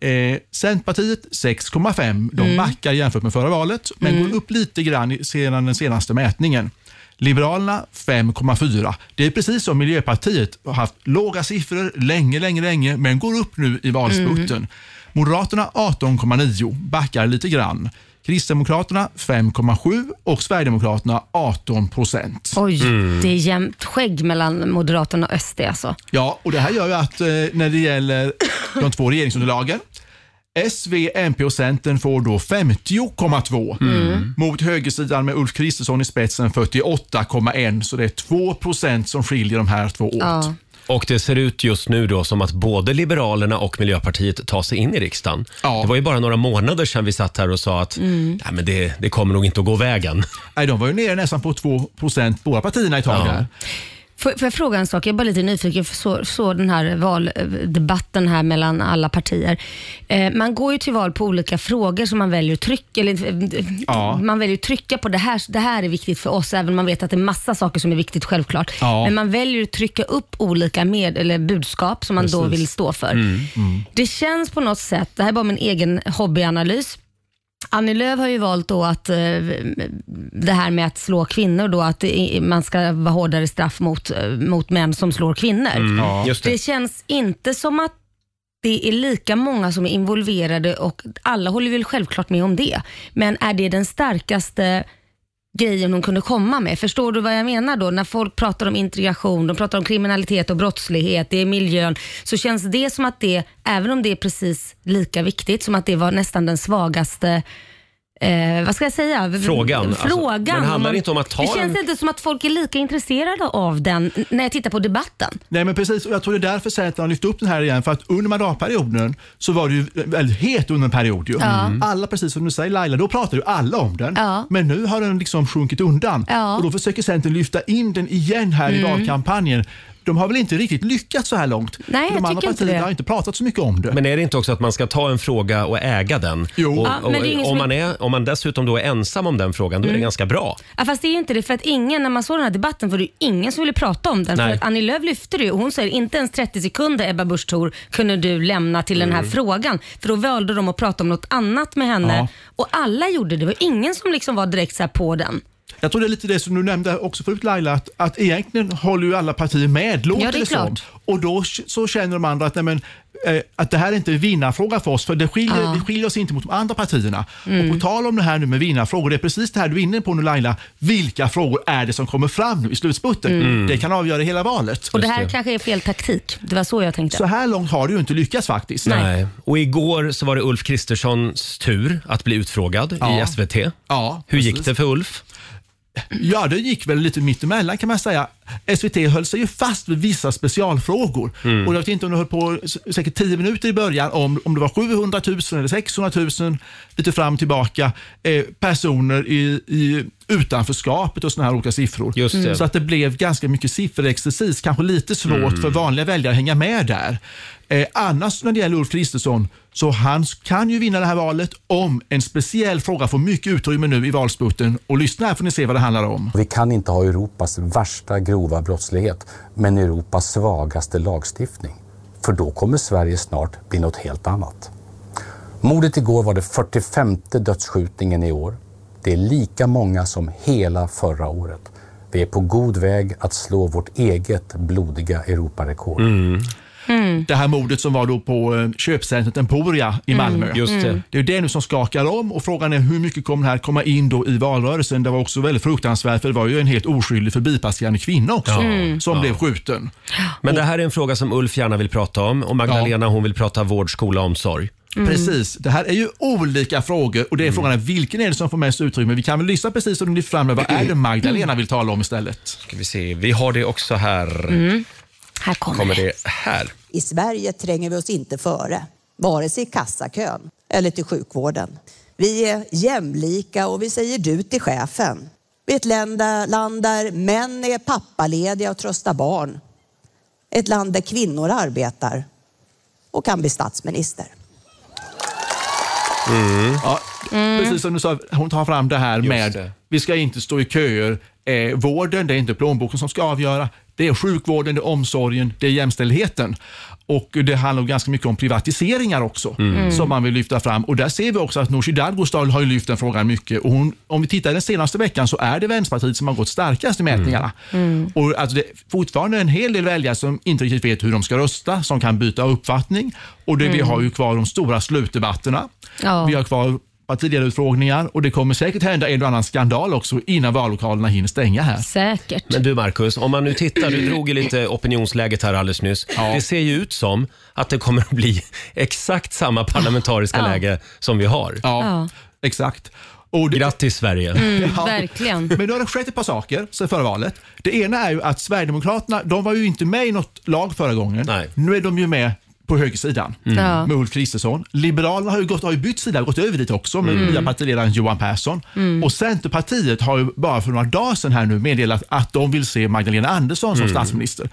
Eh, Centerpartiet 6,5. De
Mm.
backar jämfört med förra valet men
Mm.
går upp lite grann i- sedan den senaste mätningen. Liberalerna 5,4. Det är precis som Miljöpartiet har haft låga siffror länge, länge, länge, men går upp nu i valspurten.
Mm.
Moderaterna 18,9, backar lite grann. Kristdemokraterna 5,7 och Sverigedemokraterna 18 procent. Mm.
Oj,
Mm.
det är jämnt skägg mellan Moderaterna och SD alltså.
Ja, och det här gör ju att eh, när det gäller de två regeringsunderlagen S, V, MP och Centern får då 50,2
Mm.
mot högersidan med Ulf Kristersson i spetsen 48,1 så det är 2 procent som skiljer de här två åt.
Och det ser ut just nu då som att både Liberalerna och Miljöpartiet tar sig in i riksdagen. Det var ju bara några månader sedan vi satt här och sa att
Mm.
Nej, men det, det kommer nog inte att gå vägen.
Nej, de var ju nere nästan på 2 procent båda partierna ett tag.
Ja.
där.
Får, får jag fråga en sak? Jag är bara lite nyfiken. för så, så den här valdebatten här mellan alla partier. Eh, man går ju till val på olika frågor som man väljer att trycka, eller, eh,
Ja.
man väljer att trycka på. Det här, det här är viktigt för oss, även om man vet att det är massa saker som är viktigt självklart.
Ja.
Men man väljer att trycka upp olika med, eller budskap som man då
Precis.
vill stå för.
Mm.
Det känns på något sätt, det här är bara min egen hobbyanalys. Annie Lööf har ju valt då att eh, det här med att slå kvinnor då, att det är- man ska vara hårdare straff mot, eh, mot män som slår kvinnor.
Mm, ja. just det.
det känns inte som att det är lika många som är involverade och alla håller väl självklart med om det. Men är det den starkaste grejen hon kunde komma med. Förstår du vad jag menar då? När folk pratar om integration, de pratar om kriminalitet och brottslighet, det är miljön, så känns det som att det, även om det är precis lika viktigt, som att det var nästan den svagaste Eh, vad ska jag säga?
Frågan, alltså.
Frågan.
Men handlar
om
det inte om att ta
Det känns
den-
inte som att folk är lika intresserade av den n- när jag tittar på debatten.
Nej men precis, och jag tror det är därför Centern har lyft upp den här igen. För att under mandatperioden så var det ju väldigt het under en period. Ju.
Ja. Mm.
Alla, precis som du säger Laila, då pratade ju alla om den. Men nu har den liksom sjunkit undan.
Ja.
Och då försöker Centern lyfta in den igen här i
Mm.
valkampanjen. De har väl inte riktigt lyckats så här långt.
Nej,
de
jag
andra
tycker inte
partierna
det.
har inte pratat så mycket om det.
Men är det inte också att man ska ta en fråga och äga den? Jo. Och,
Ja,
och,
men det är ingen
om,
som-
man är, om man dessutom då är ensam om den frågan, då är det
Mm.
ganska bra.
Ja, fast det är ju inte det, för att ingen, när man såg den här debatten var det ju ingen som ville prata om den. För
Nej.
att Annie Lööf lyfte det ju och hon säger inte ens 30 sekunder Ebba Busch Thor kunde du lämna till den här
Mm.
frågan. För då valde de att prata om något annat med henne
Ja.
och alla gjorde det. Det var ingen som liksom var direkt så här på den.
Jag tror det är lite det som du nämnde också förut Laila, att, att egentligen håller ju alla partier med, låter
Ja, det är
som.
klart.
Och då k- så känner de andra att, nej, men, eh, att det här är inte en vinnarfråga för oss, för det skiljer,
Ja.
vi skiljer oss inte mot de andra partierna.
Mm.
Och på tal om det här nu med vinnarfrågor, det är precis det här du är inne på nu Laila, vilka frågor är det som kommer fram nu i slutspurten?
Mm.
Det kan avgöra hela valet.
Och det här kanske är fel taktik. Det var så jag tänkte.
Så här långt har du ju inte lyckats faktiskt.
Och igår så var det Ulf Kristerssons tur att bli utfrågad i
Ja.
SVT.
Ja,
Hur gick
precis.
det för Ulf?
Ja, det gick väl lite mittemellan kan man säga. SVT höll sig ju fast vid vissa specialfrågor.
Mm.
Och jag vet inte om de höll på s- säkert 10 minuter i början, om, om det var 700 000 eller 600 000, lite fram och tillbaka, eh, personer i, i utanförskapet och sådana här olika siffror.
Just det.
Så att det blev ganska mycket sifferexercis, kanske lite svårt
Mm.
för vanliga väljare att hänga med där. Eh, annars när det gäller Ulf Kristersson, så han s- kan ju vinna det här valet om en speciell fråga får mycket utrymme nu i valspurten. Och lyssna här får ni se vad det handlar om.
Vi kan inte ha Europas värsta grova brottslighet, men Europas svagaste lagstiftning. För då kommer Sverige snart bli något helt annat. Mordet igår var det 45 dödsskjutningen i år. Det är lika många som hela förra året. Vi är på god väg att slå vårt eget blodiga Europarekord.
Det här mordet som var då på eh, köpcentret Emporia i
Mm,
Malmö.
just det. Mm.
är ju det nu som skakar om och frågan är hur mycket kommer det här komma in då i valrörelsen? Det var också väldigt fruktansvärt för det var ju en helt oskyldig förbipasserande kvinna också
Ja. Mm.
som
Ja.
blev skjuten.
Men det här är en fråga som Ulf gärna vill prata om och Magdalena hon vill prata vård, skola, omsorg.
Mm.
Precis. Det här är ju olika frågor och det är frågan är vilken är det som får mest utrymme? Vi kan väl lyssna precis som ni fram med vad är det Magdalena vill tala om istället?
Ska vi se, vi har det också här.
Här kommer,
kommer det här.
I Sverige tränger vi oss inte före, vare sig i kassakön eller till sjukvården. Vi är jämlika och vi säger du till chefen. Vi är ett land där, land där män är pappalediga och tröstar barn. Ett land där kvinnor arbetar och kan bli statsminister.
Ja,
Mm.
Precis som du sa, hon tar fram det här med vi ska inte stå i köer. Eh, vården, det är inte plånboken som ska avgöra. Det är sjukvården, det är omsorgen, det är jämställdheten. Och Det handlar ganska mycket om privatiseringar också,
Mm.
som man vill lyfta fram. Och Där ser vi också att Nooshi Dadgostar har ju lyft den frågan mycket. Och hon, om vi tittar den senaste veckan så är det Vänsterpartiet som har gått starkast i mätningarna.
Mm.
Och alltså det är fortfarande en hel del väljare som inte riktigt vet hur de ska rösta, som kan byta uppfattning. Och det, Vi
Mm.
har ju kvar de stora slutdebatterna.
Ja.
Vi har kvar partiledarutfrågningar och det kommer säkert hända en och annan skandal också innan vallokalerna hinner stänga här.
Säkert.
Men du Marcus, om man nu tittar, du drog ju lite opinionsläget här alldeles nyss. Det ser ju ut som att det kommer att bli exakt samma parlamentariska
Ja.
läge som vi har.
Ja.
exakt.
Grattis Sverige!
Mm, verkligen.
Men då har det skett ett par saker sen förra valet. Det ena är ju att Sverigedemokraterna, de var ju inte med i något lag förra gången. Nu är de ju med på högersidan
Mm. Ja.
med Ulf Kristersson. Liberalerna har ju, gått, har ju bytt sida, gått över dit också med
Mm.
nya partiledaren Johan Persson.
Mm.
Och Centerpartiet har ju bara för några dagar sedan här nu meddelat att de vill se Magdalena Andersson som
Mm.
statsminister.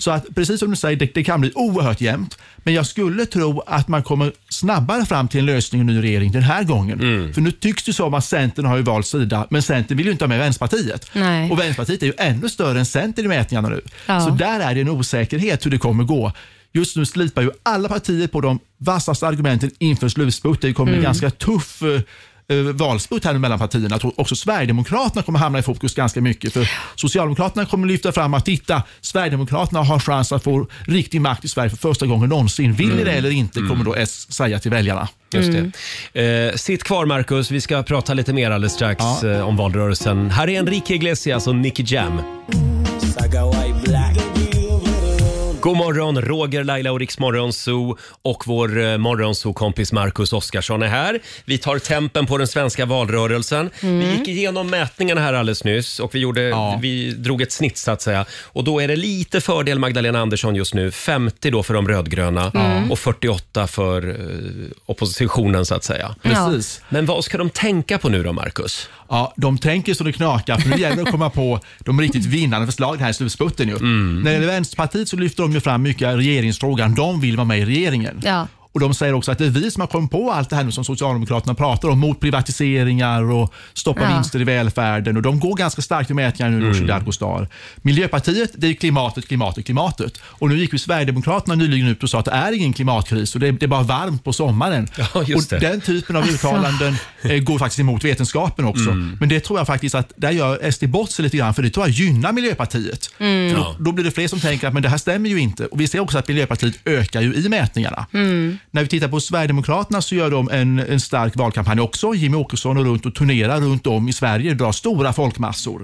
Så att precis som du säger, det, det kan bli oerhört jämnt. Men jag skulle tro att man kommer snabbare fram till en lösning och ny regering den här gången. För nu tycks det som att Centern har ju valt sida, men Centern vill ju inte ha med Vänsterpartiet.
Nej.
Och Vänsterpartiet är ju ännu större än Centern i mätningarna nu.
Ja.
Så där är det en osäkerhet hur det kommer gå. Just nu slipar ju alla partier på de vassaste argumenten inför slutspurt. Det kommer
Mm.
en ganska tuff eh, eh, valspurt här nu mellan partierna. Jag tror också Sverigedemokraterna kommer hamna i fokus ganska mycket. För Socialdemokraterna kommer lyfta fram att titta, Sverigedemokraterna har chans att få riktig makt i Sverige för första gången någonsin. Vill ni det
Mm.
eller inte kommer då S säga till väljarna.
Just det. Eh, sitt kvar Marcus, vi ska prata lite mer alldeles strax eh, om valrörelsen. Här är Enrique Iglesias och Nicky Jam. God morgon, Roger, Laila och Riks Morgonzoo och vår eh, Morgonzoo-kompis Marcus Oskarsson är här. Vi tar tempen på den svenska valrörelsen. Vi
Mm.
gick igenom mätningarna här alldeles nyss och vi, gjorde, vi drog ett snitt så att säga. Och då är det lite fördel Magdalena Andersson just nu. 50 då för de rödgröna
Mm.
och 48 för eh, oppositionen så att säga.
Precis.
Men vad ska de tänka på nu då, Marcus?
Ja, de tänker så det knakar för nu gäller det att komma på de riktigt vinnande förslagen här i slutspurten. Ju. När det gäller Vänsterpartiet så lyfter de ju fram mycket regeringsfrågan. De vill vara med i regeringen.
Ja.
Och De säger också att det är vi som har kommit på allt det här nu som Socialdemokraterna pratar om mot privatiseringar och stoppa
Ja.
vinster i välfärden. Och De går ganska starkt i mätningarna nu, Nooshi
Mm.
Dadgostar. Miljöpartiet, det är klimatet, klimatet, klimatet. Och Nu gick ju Sverigedemokraterna nyligen ut och sa att det är ingen klimatkris och det är, det är bara varmt på sommaren.
Ja, just
och
det.
Den typen av
Alltså.
uttalanden eh, går faktiskt emot vetenskapen också.
Mm.
Men det tror jag faktiskt att där gör SD bort sig lite grann för det tror jag gynnar Miljöpartiet.
Mm.
För
Ja.
då, då blir det fler som tänker att men det här stämmer ju inte. Och Vi ser också att Miljöpartiet ökar ju i mätningarna.
Mm.
När vi tittar på Sverigedemokraterna så gör de en, en stark valkampanj också. Jimmy Åkesson och runt och turnerar runt om i Sverige drar stora folkmassor.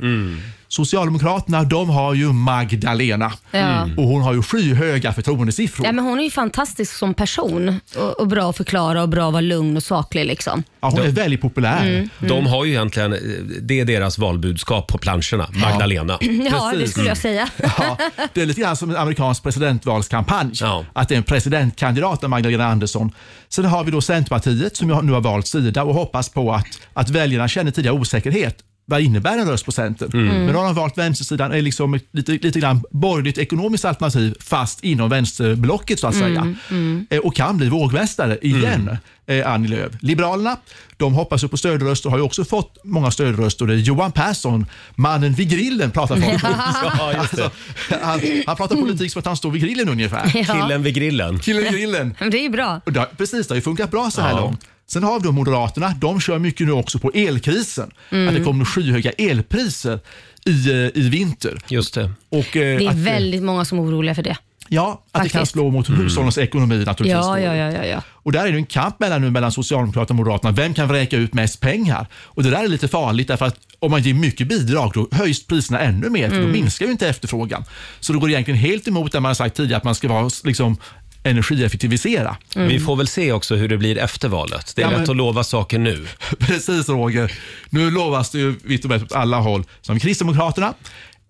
Socialdemokraterna de har ju Magdalena
Ja. Mm.
och hon har ju skyhöga förtroendesiffror.
Ja, men hon är ju fantastisk som person och, och bra att förklara och bra att vara lugn och saklig. Liksom.
Ja, hon är väldigt populär.
Mm,
De
mm.
har ju egentligen, eh, det är deras valbudskap på planscherna, Magdalena.
Ja, det skulle jag säga.
Ja, det är lite grann som en amerikansk presidentvalskampanj. Att det är en presidentkandidat, Magdalena Andersson. Sen har vi då Centerpartiet som ju har- nu har valt sida och hoppas på att, att väljarna känner tidigare osäkerhet. Vad innebär en röst på Centern?
Mm.
Men då har de valt vänstersidan, är liksom ett lite, lite grann borgerligt ekonomiskt alternativ fast inom vänsterblocket så att säga.
Mm, mm.
Eh, och kan bli vågmästare
Mm.
igen, eh, Annie Lööf. Liberalerna de hoppas ju på stödröster och har ju också fått många stödröster. Det är Johan Persson, mannen vid grillen, pratar
[laughs]
folk om. [laughs] Alltså,
Ja, just det.
han, han pratar politik som att han står vid grillen ungefär.
Mm. Ja. Killen
vid grillen.
Killen vid grillen.
Men [laughs] Det är ju bra.
Och det, precis, det har ju funkat bra så här
Ja.
långt. Sen har vi då Moderaterna. De kör mycket nu också på elkrisen.
Mm.
Att det kommer skyhöga elpriser i, eh, i vinter.
Just det.
Och, eh,
Det är
att, eh,
väldigt många som är oroliga för det.
Ja, att det kan
Faktiskt.
slå mot
Mm.
hushållens ekonomi naturligtvis.
Ja,
då.
ja, ja, ja, ja.
Och där är det en kamp mellan, nu mellan Socialdemokraterna och Moderaterna. Vem kan vräka ut mest pengar? Och Det där är lite farligt därför att om man ger mycket bidrag då höjs priserna ännu mer för
Mm.
då minskar ju inte efterfrågan. Så det går egentligen helt emot det man har sagt tidigare att man ska vara liksom, energieffektivisera.
Mm. Vi får väl se också hur det blir efter valet. Det är
Ja,
lätt
men-
att lova saker nu.
[laughs] Precis Roger. Nu lovas det ju vitt och brett åt alla håll. Som Kristdemokraterna,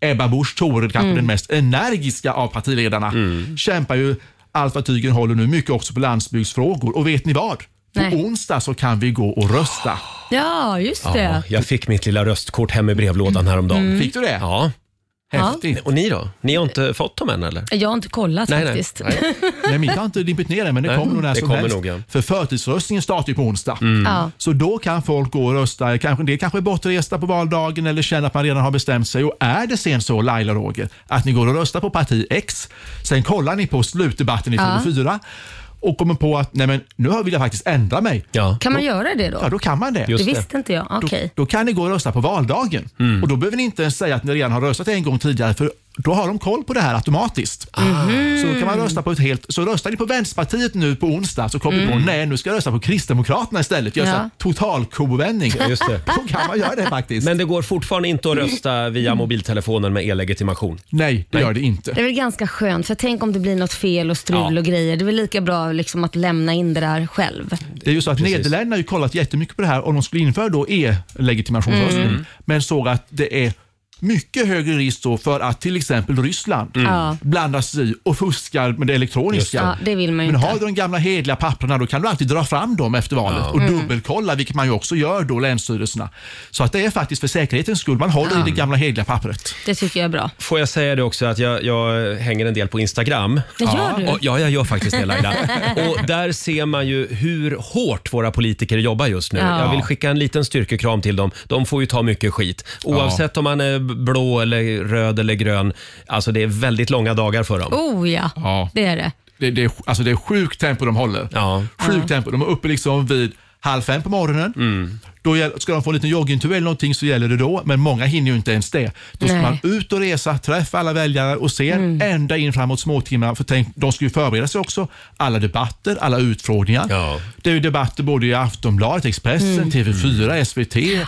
Ebba Busch Thor, kanske
Mm.
den mest energiska av partiledarna,
Mm.
kämpar ju allt vad tygen håller nu, mycket också på landsbygdsfrågor. Och vet ni vad? På
Nej.
onsdag så kan vi gå och rösta.
Ja, just det.
jag fick mitt lilla röstkort hem i brevlådan häromdagen.
Mm.
Fick du det?
Ja.
Häftigt.
Och ni då? Ni har inte fått dem än eller?
Jag har inte kollat
Nej, nej.
faktiskt.
Nej.
Nej, mitt har inte dimpit ner än, men det
Nej,
kommer nog när
det
som
kommer
helst.
nog, ja. Mm.
För förtidsröstningen startar ju på onsdag.
Ja.
Så då kan folk gå och rösta. Kanske, det kanske är bortresta på valdagen eller känner att man redan har bestämt sig. Och är det sen så, Laila och Roger, att ni går och röstar på parti X, sen kollar ni på slutdebatten i
Ja.
TV4 och kommer på att nej men, nu vill jag faktiskt ändra mig.
Kan man göra det då?
Ja, då kan man det.
det visste inte jag. Okej.
Då kan ni gå och rösta på valdagen. Och Då behöver ni inte ens säga att ni redan har röstat en gång tidigare, för då har de koll på det här automatiskt. Så då kan man rösta på ett helt... Så röstar ni på Vänsterpartiet nu på onsdag så kommer ni på
Mm.
nej, nu ska jag rösta på Kristdemokraterna istället. Gör
Ja.
ja. en totalkovändning.
Just det.
[laughs] Då kan man göra det faktiskt.
Men det går fortfarande inte att rösta via mobiltelefonen med e-legitimation?
Nej, det gör det inte.
Det är väl ganska skönt, för tänk om det blir något fel och strul och grejer. Det är väl lika bra liksom att lämna in det där själv.
Det är ju så att Nederländerna har ju kollat jättemycket på det här om de skulle införa då e-legitimationsröstning,
Mm.
men såg att det är mycket högre risk då för att till exempel Ryssland
Mm. Ja.
blandar sig i och fuskar med det
Just det.
elektroniska.
Ja, det vill man ju
men
inte.
har du de gamla hederliga papperna då kan du alltid dra fram dem efter valet och
Mm.
dubbelkolla, vilket man ju också gör då länsstyrelserna. Så att det är faktiskt för säkerhetens skull man håller i det gamla hederliga pappret.
Det tycker jag är bra.
Får jag säga det också att jag, jag hänger en del på Instagram.
Det gör du?
Och, ja, jag gör faktiskt det Laila. Och där ser man ju hur hårt våra politiker jobbar just nu.
Ja.
Jag vill skicka en liten styrkekram till dem. De får ju ta mycket skit. Oavsett om man är blå eller röd eller grön. Alltså det är väldigt långa dagar för dem.
Oh ja,
Ja.
det är det.
Det, det, är- alltså det är sjukt tempo de håller.
Ja.
Sjukt
Ja.
tempo. De är uppe liksom vid halv fem på morgonen.
Mm.
Då gäll- ska de få en liten joggintur eller någonting så gäller det då, men många hinner ju inte ens det. Då ska
Nej. Mm.
man ut och resa, träffa alla väljare och sen ända in framåt småtimmarna. För tänk, de ska ju förbereda sig också. Alla debatter, alla utfrågningar. Det är ju debatter både i Aftonbladet, Expressen,
Mm.
TV4, SVT,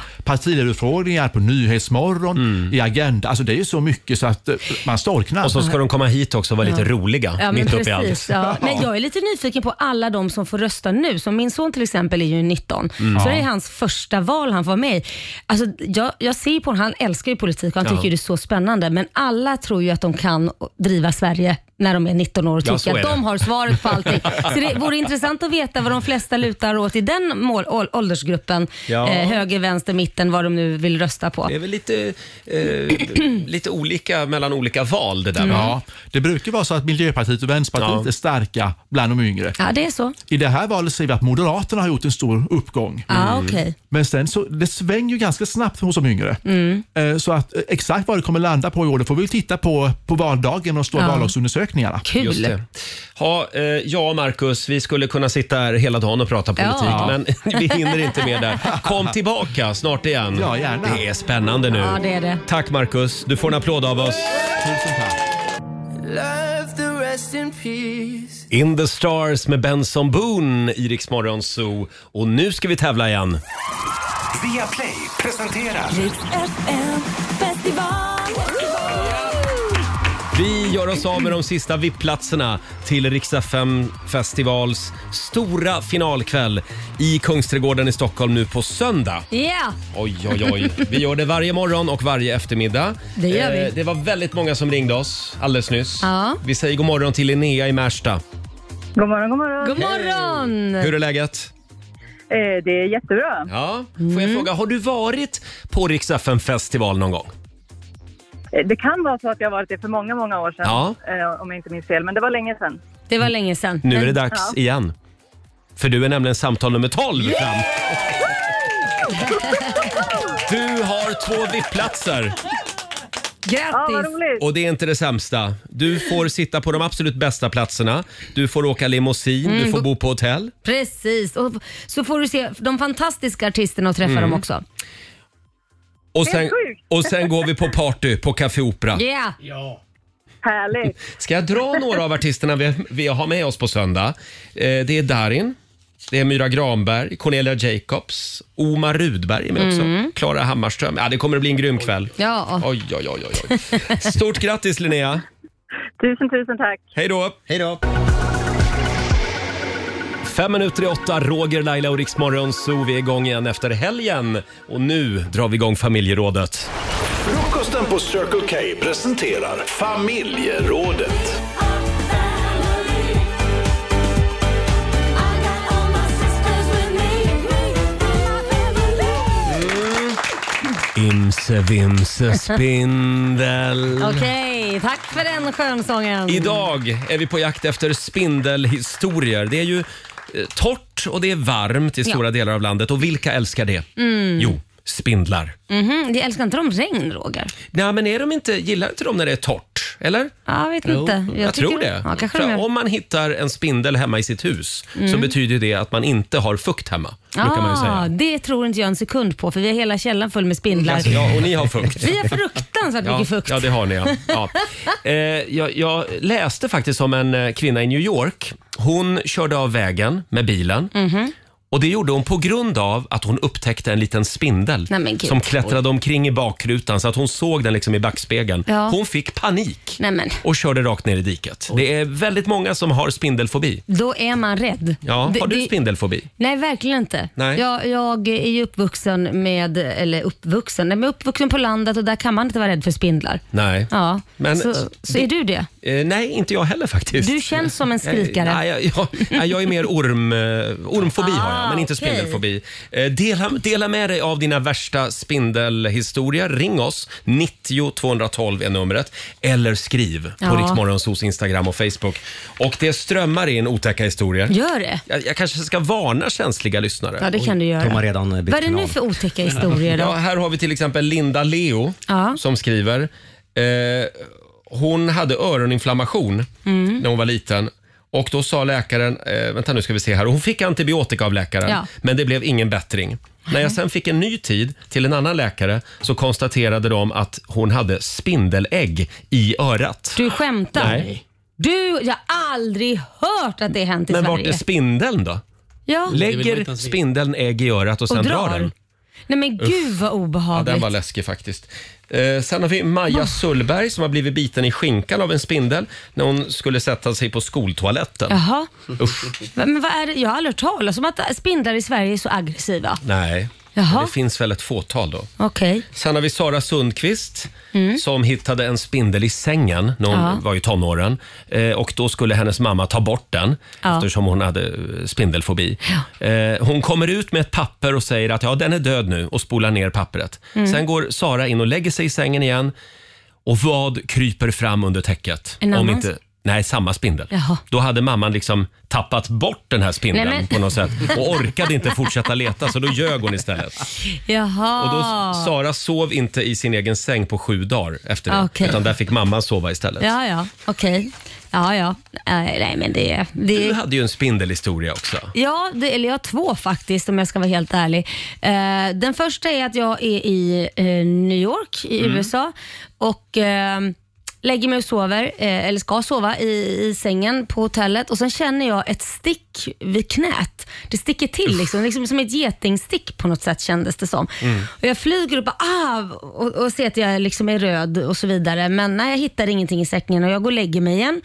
partiledarutfrågningar på Nyhetsmorgon, i Agenda. Alltså det är ju så mycket så att eh, man storknar.
Mm. Och så ska de komma hit också och vara lite
Ja.
roliga
Ja, men
mitt uppe i allt.
precis, ja. Men jag är lite nyfiken på alla de som får rösta nu. Som min son till exempel är ju 19,
Mm.
så det är
Ja.
hans första val han får med i. alltså, jag, jag ser ju på honom, han älskar ju politik och han
Ja.
tycker ju det är så spännande. Men alla tror ju att de kan driva Sverige när de är 19 år och
Ja,
tycker
så är
att de
det.
har svaret på
[laughs]
allting. så det vore intressant att veta vad de flesta lutar åt i den mål, å, åldersgruppen.
Ja.
Eh, höger, vänster, mitten, vad de nu vill rösta på.
Det är väl lite, eh, [clears throat] lite olika mellan olika val det där. va?
Ja, det brukar vara så att Miljöpartiet och Vänsterpartiet är starka bland de yngre.
Ja, det är så.
I det här valet ser vi att Moderaterna har gjort en stor uppgång.
Ah,
Mm.
okej.
Men sen så, det svänger ju ganska snabbt hos de yngre.
Mm.
Eh, Så att eh, exakt vad det kommer landa på i år, det får vi ju titta på på valdagen och de stora
Ja.
vallagsundersökningarna.
Just det. Ha, eh, ja, Marcus, vi skulle kunna sitta här hela dagen och prata politik,
Ja.
men [laughs] vi hinner inte med det. Kom tillbaka snart igen.
Ja, gärna.
Det är spännande nu.
Ja, det är det.
Tack, Marcus. Du får en applåd av oss.
Love the rest in peace.
In the Stars med Benson Boone i Rix Morgon Zoo. Och nu ska vi tävla igen.
Via Play presenterar...
Vi gör oss av med de sista VIP-platserna till Rix FM festivals stora finalkväll i Kungsträdgården i Stockholm nu på söndag.
Ja!
Oj, oj, oj. Vi gör det varje morgon och varje eftermiddag.
Det gör vi.
Eh, Det var väldigt många som ringde oss alldeles nyss.
Ja.
Vi säger god morgon till Linnea i Märsta.
God morgon, god morgon.
God morgon!
Hur är läget?
Eh, det är jättebra.
Ja. Får
Mm.
jag fråga, har du varit på Rix FM festival någon gång?
Eh, Det kan vara så att jag har varit det för många, många år sedan.
Ja.
Eh, om jag inte minns fel, men det var länge sedan.
Det var länge sedan.
Nu är det dags
Ja.
igen. För du är nämligen samtal nummer 12 fram. Du har två VIP-platser
[laughs] Grattis! Ja, vad roligt.
och det är inte det sämsta. Du får sitta på de absolut bästa platserna. Du får åka limousin,
Mm,
du får
bo-
bo på hotell.
Precis, och så får du se de fantastiska artisterna och träffa
Mm.
dem också.
Och
Det är
sen,
sjukt.
och sen går vi på party på Café Opera.
Yeah.
Ja. Härligt.
Ska jag dra några av artisterna vi, vi har med oss på söndag? Eh, det är Darin, det är Myra Granberg, Cornelia Jacobs, Omar Rudberg är med
Mm.
också, Klara Hammarström. Ja, det kommer att bli en grym kväll.
Ja.
Oj, oj, oj, oj. oj. Stort grattis Linnea!
Tusen, tusen tack.
Hej då! Hej då! Fem minuter i åtta, Roger, Laila och Riksmorgon Zoo. Vi är igång igen efter helgen. Och nu drar vi igång familjerådet.
Frukosten på Circle K presenterar familjerådet.
Vimse, vimse, spindel.
Okej, tack för den skönsången.
Mm. Idag är vi på jakt efter spindelhistorier. Det är ju eh, torrt och det är varmt i
Ja.
stora delar av landet. Och vilka älskar det?
Mm.
Jo, spindlar.
Mhm, Jag älskar inte de regn, Roger?
Nej, men är de inte, gillar inte de när det är torrt? Eller?
Ja, jag vet
Jo,
inte.
Jag,
tycker-
tror det.
Ja, kanske
För
de gör.
om man hittar en spindel hemma i sitt hus så
Mm.
betyder det att man inte har fukt hemma. Brukar man ju säga.
Ah, det tror inte jag en sekund på för vi har hela källaren full med spindlar.
Alltså, ja, och ni har fukt.
Vi har fruktansvärt
Ja,
mycket fukt.
ja, det har ni. Ja.
[laughs]
Ja. Eh, jag, jag läste faktiskt om en eh, kvinna i New York. Hon körde av vägen med bilen.
Mhm.
Och Det gjorde hon på grund av att hon upptäckte en liten spindel
Nej, men gud.
som klättrade omkring i bakrutan så att hon såg den liksom i backspegeln.
Ja.
Hon fick panik
Nej, men,
och körde rakt ner i diket. Det är väldigt många som har spindelfobi.
då är man rädd.
Ja,
Det-
har du
det-
spindelfobi?
Nej, verkligen inte.
Nej.
Jag, jag är ju uppvuxen med, eller uppvuxen, nej, men uppvuxen på landet och där kan man inte vara rädd för spindlar.
Nej.
Ja,
Men-
så, så är du det.
Eh, nej, inte jag heller faktiskt.
Du känns som en skrikare.
Eh, Nej, jag, jag, nej, jag är mer orm, eh, ormfobi har jag, men inte
Ah, okej.
spindelfobi. Eh, Dela, dela med dig av dina värsta spindelhistorier. Ring oss, 90 212 är numret. Eller skriv på
Ja.
Riksmorgonsos Instagram och Facebook. Och det strömmar in otäcka historier.
Gör det.
Jag, jag kanske ska varna känsliga lyssnare.
Ja, det kan du göra. De har
redan
Vad är det nu för otäcka historier
[laughs] Ja,
då?
här har vi till exempel Linda Leo
Ja.
som skriver. Eh, hon hade öroninflammation
Mm.
när hon var liten. Och då sa läkaren, eh, vänta nu ska vi se här, hon fick antibiotika av läkaren
Ja.
men det blev ingen bättring. När jag sen fick en ny tid till en annan läkare så konstaterade de att hon hade spindelägg i örat.
Du skämtar?
Nej.
Du, jag har aldrig hört att det hänt i
Men
Sverige.
vart är spindeln då?
Ja.
Lägger spindeln ägg i örat och sen
Och
drar
drar.
den?
Nej men
Uff.
gud vad
Ja,
obehagligt.
den var läskig faktiskt. Eh, sen har vi Maja Sullberg som har blivit biten i skinkan av en spindel när hon skulle sätta sig på skoltoaletten.
Jaha.
Usch.
Va- Men vad är det? Jag har aldrig hört talas om att spindlar i Sverige är så aggressiva.
Nej.
Jaha.
Det finns väl ett fåtal då.
Okej.
Sen har vi Sara Sundqvist
Mm.
som hittade en spindel i sängen när hon
Ja.
var i tonåren. Eh, och då skulle hennes mamma ta bort den
Ja.
eftersom hon hade eh, spindelfobi. Eh, hon kommer ut med ett papper och säger att ja, den är död nu och spolar ner pappret.
Mm.
Sen går Sara in och lägger sig i sängen igen. Och vad kryper fram under täcket?
En annan sp-
Nej, samma spindel.
Jaha.
Då hade mamman liksom tappat bort den här spindeln
Nej, men-
på något sätt och orkade inte fortsätta leta så då ljög hon istället.
[laughs] Jaha.
Och då,
Ah.
Sara sov inte i sin egen säng på sju dagar efter det.
Okej.
Utan där fick mamma sova istället.
Ja, ja. Okej. Ja, ja. Nej, nej, men det... det...
Du hade ju en spindelhistoria också.
Ja, det, eller jag har två faktiskt om jag ska vara helt ärlig. Eh, den första är att jag är i eh, New York i
Mm.
USA och eh, lägger mig och sover, eh, eller ska sova i, i sängen på hotellet och sen känner jag ett stick vid knät. Det sticker till liksom, liksom som ett getingstick på något sätt kändes det som.
Mm.
Och jag flyger upp och, ah, och, och ser att jag liksom är röd och så vidare. Men nej, jag hittar ingenting i säcken och jag går och lägger mig igen.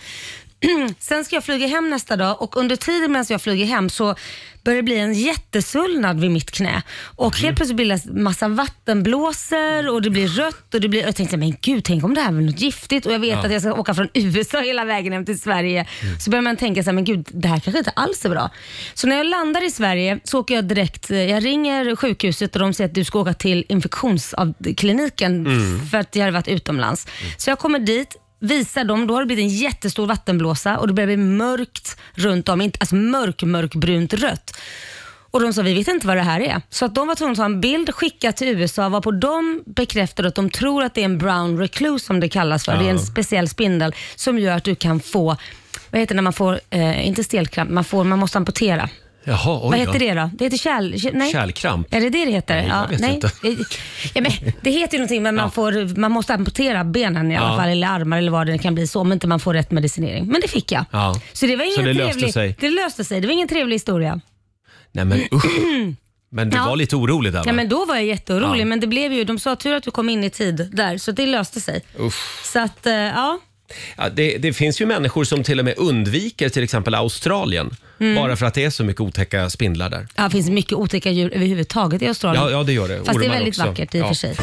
[clears throat] Sen ska jag flyga hem nästa dag och under tiden medan jag flyger hem så börjar det bli en jättesullnad vid mitt knä. Och helt plötsligt bildas massa vattenblåsor och det blir rött och det blir... Jag tänkte men gud, tänk om det här var något giftigt och jag vet
Ja.
att jag ska åka från USA hela vägen hem till Sverige. Så börjar man tänka så här, men gud, det här kanske inte alls är bra. Så när jag landar i Sverige så åker jag direkt, eh, jag ringer sjukhuset och de säger att du ska åka till infektionskliniken
Mm.
för att jag hade varit utomlands. Så jag kommer dit, visar dem, då har det blivit en jättestor vattenblåsa och det börjar bli mörkt runt om, inte- alltså mörk, mörk, brunt, rött. Och de sa, vi vet inte vad det här är. Så att de var tvungna att ta en bild, skicka till USA, varpå de bekräftade att de tror att det är en brown recluse som det kallas för. Det är en
Ja.
speciell spindel som gör att du kan få, vad heter det när man får, eh, inte stelkramp, man, får, man måste amputera.
Jaha, oj
vad heter
då.
det då? Det heter kärl... kär- Nej.
Kärlkramp?
Är det det det heter?
Nej, jag vet inte.
Ja, men, det heter ju någonting men man, får, man måste amputera benen i alla
Ja.
fall, eller armar eller vad det kan bli, så, om inte man får rätt medicinering. Men det fick jag.
Ja.
Så det var ingen
Så det löste
trevlig,
sig?
Det löste sig. Det var ingen trevlig historia.
Nej men
[clears throat]
usch. Men du
Ja.
var lite orolig där
Ja,
va?
men då var jag jätteorolig,
Ja.
men det blev ju, de sa tur att du kom in i tid där, så det löste sig.
Usch.
Så att, eh, ja.
Ja, det, det finns ju människor som till och med undviker till exempel Australien.
Mm.
Bara för att det är så mycket otäcka spindlar där.
Ja, det finns mycket otäcka djur överhuvudtaget i Australien.
Ja, ja det gör det.
Fast det är
Ormar
väldigt
också.
vackert i och
Ja.
för sig.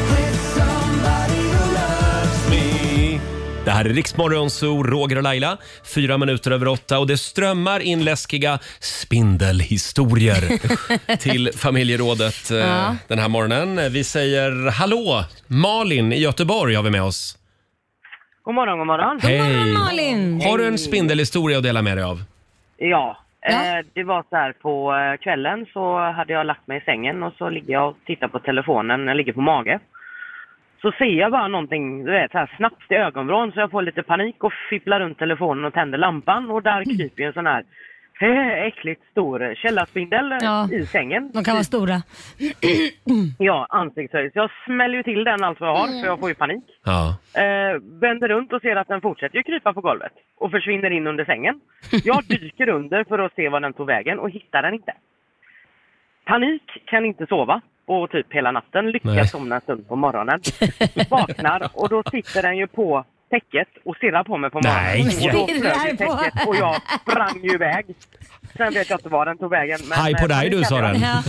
Det här är Riksmorgon Zoo, Roger och Laila. Fyra minuter över åtta och det strömmar in läskiga
[laughs]
spindelhistorier till familjerådet eh,
Ja.
den här morgonen. Vi säger hallå! Malin i Göteborg har vi med oss.
God morgon, god morgon.
Hej!
Mm.
Malin!
Har du en spindelhistoria att dela med dig av?
Ja. Eh, det var så här på eh, kvällen så hade jag lagt mig i sängen och så ligger jag och tittar på telefonen, jag ligger på mage. Så ser jag bara någonting, du vet, så här snabbt i ögonvrån så jag får lite panik och fipplar runt telefonen och tänder lampan och där
Mm.
kryper ju en sån här [laughs] äckligt stor källarspindel eh,
Ja.
i sängen.
De kan vara stora.
Ja, ansiktshöjd. Så jag smäller ju till den allt vad jag
Mm.
har, för jag får ju panik.
Ja.
Eh, vänder runt och ser att den fortsätter ju krypa på golvet och försvinner in under sängen. Jag dyker under för att se var den tog vägen och hittar den inte. Panik, kan inte sova och typ hela natten. Lyckas
Nej.
somna en stund på morgonen. Vaknar och då sitter den ju på täcket och stirrar på mig på morgonen.
Nej.
Och då flög
Stirrar
ju
på.
täcket och jag sprang ju iväg. Sen vet jag inte var den tog vägen. men- eh,
Haj på
men-
dig du, sa den.
Ja.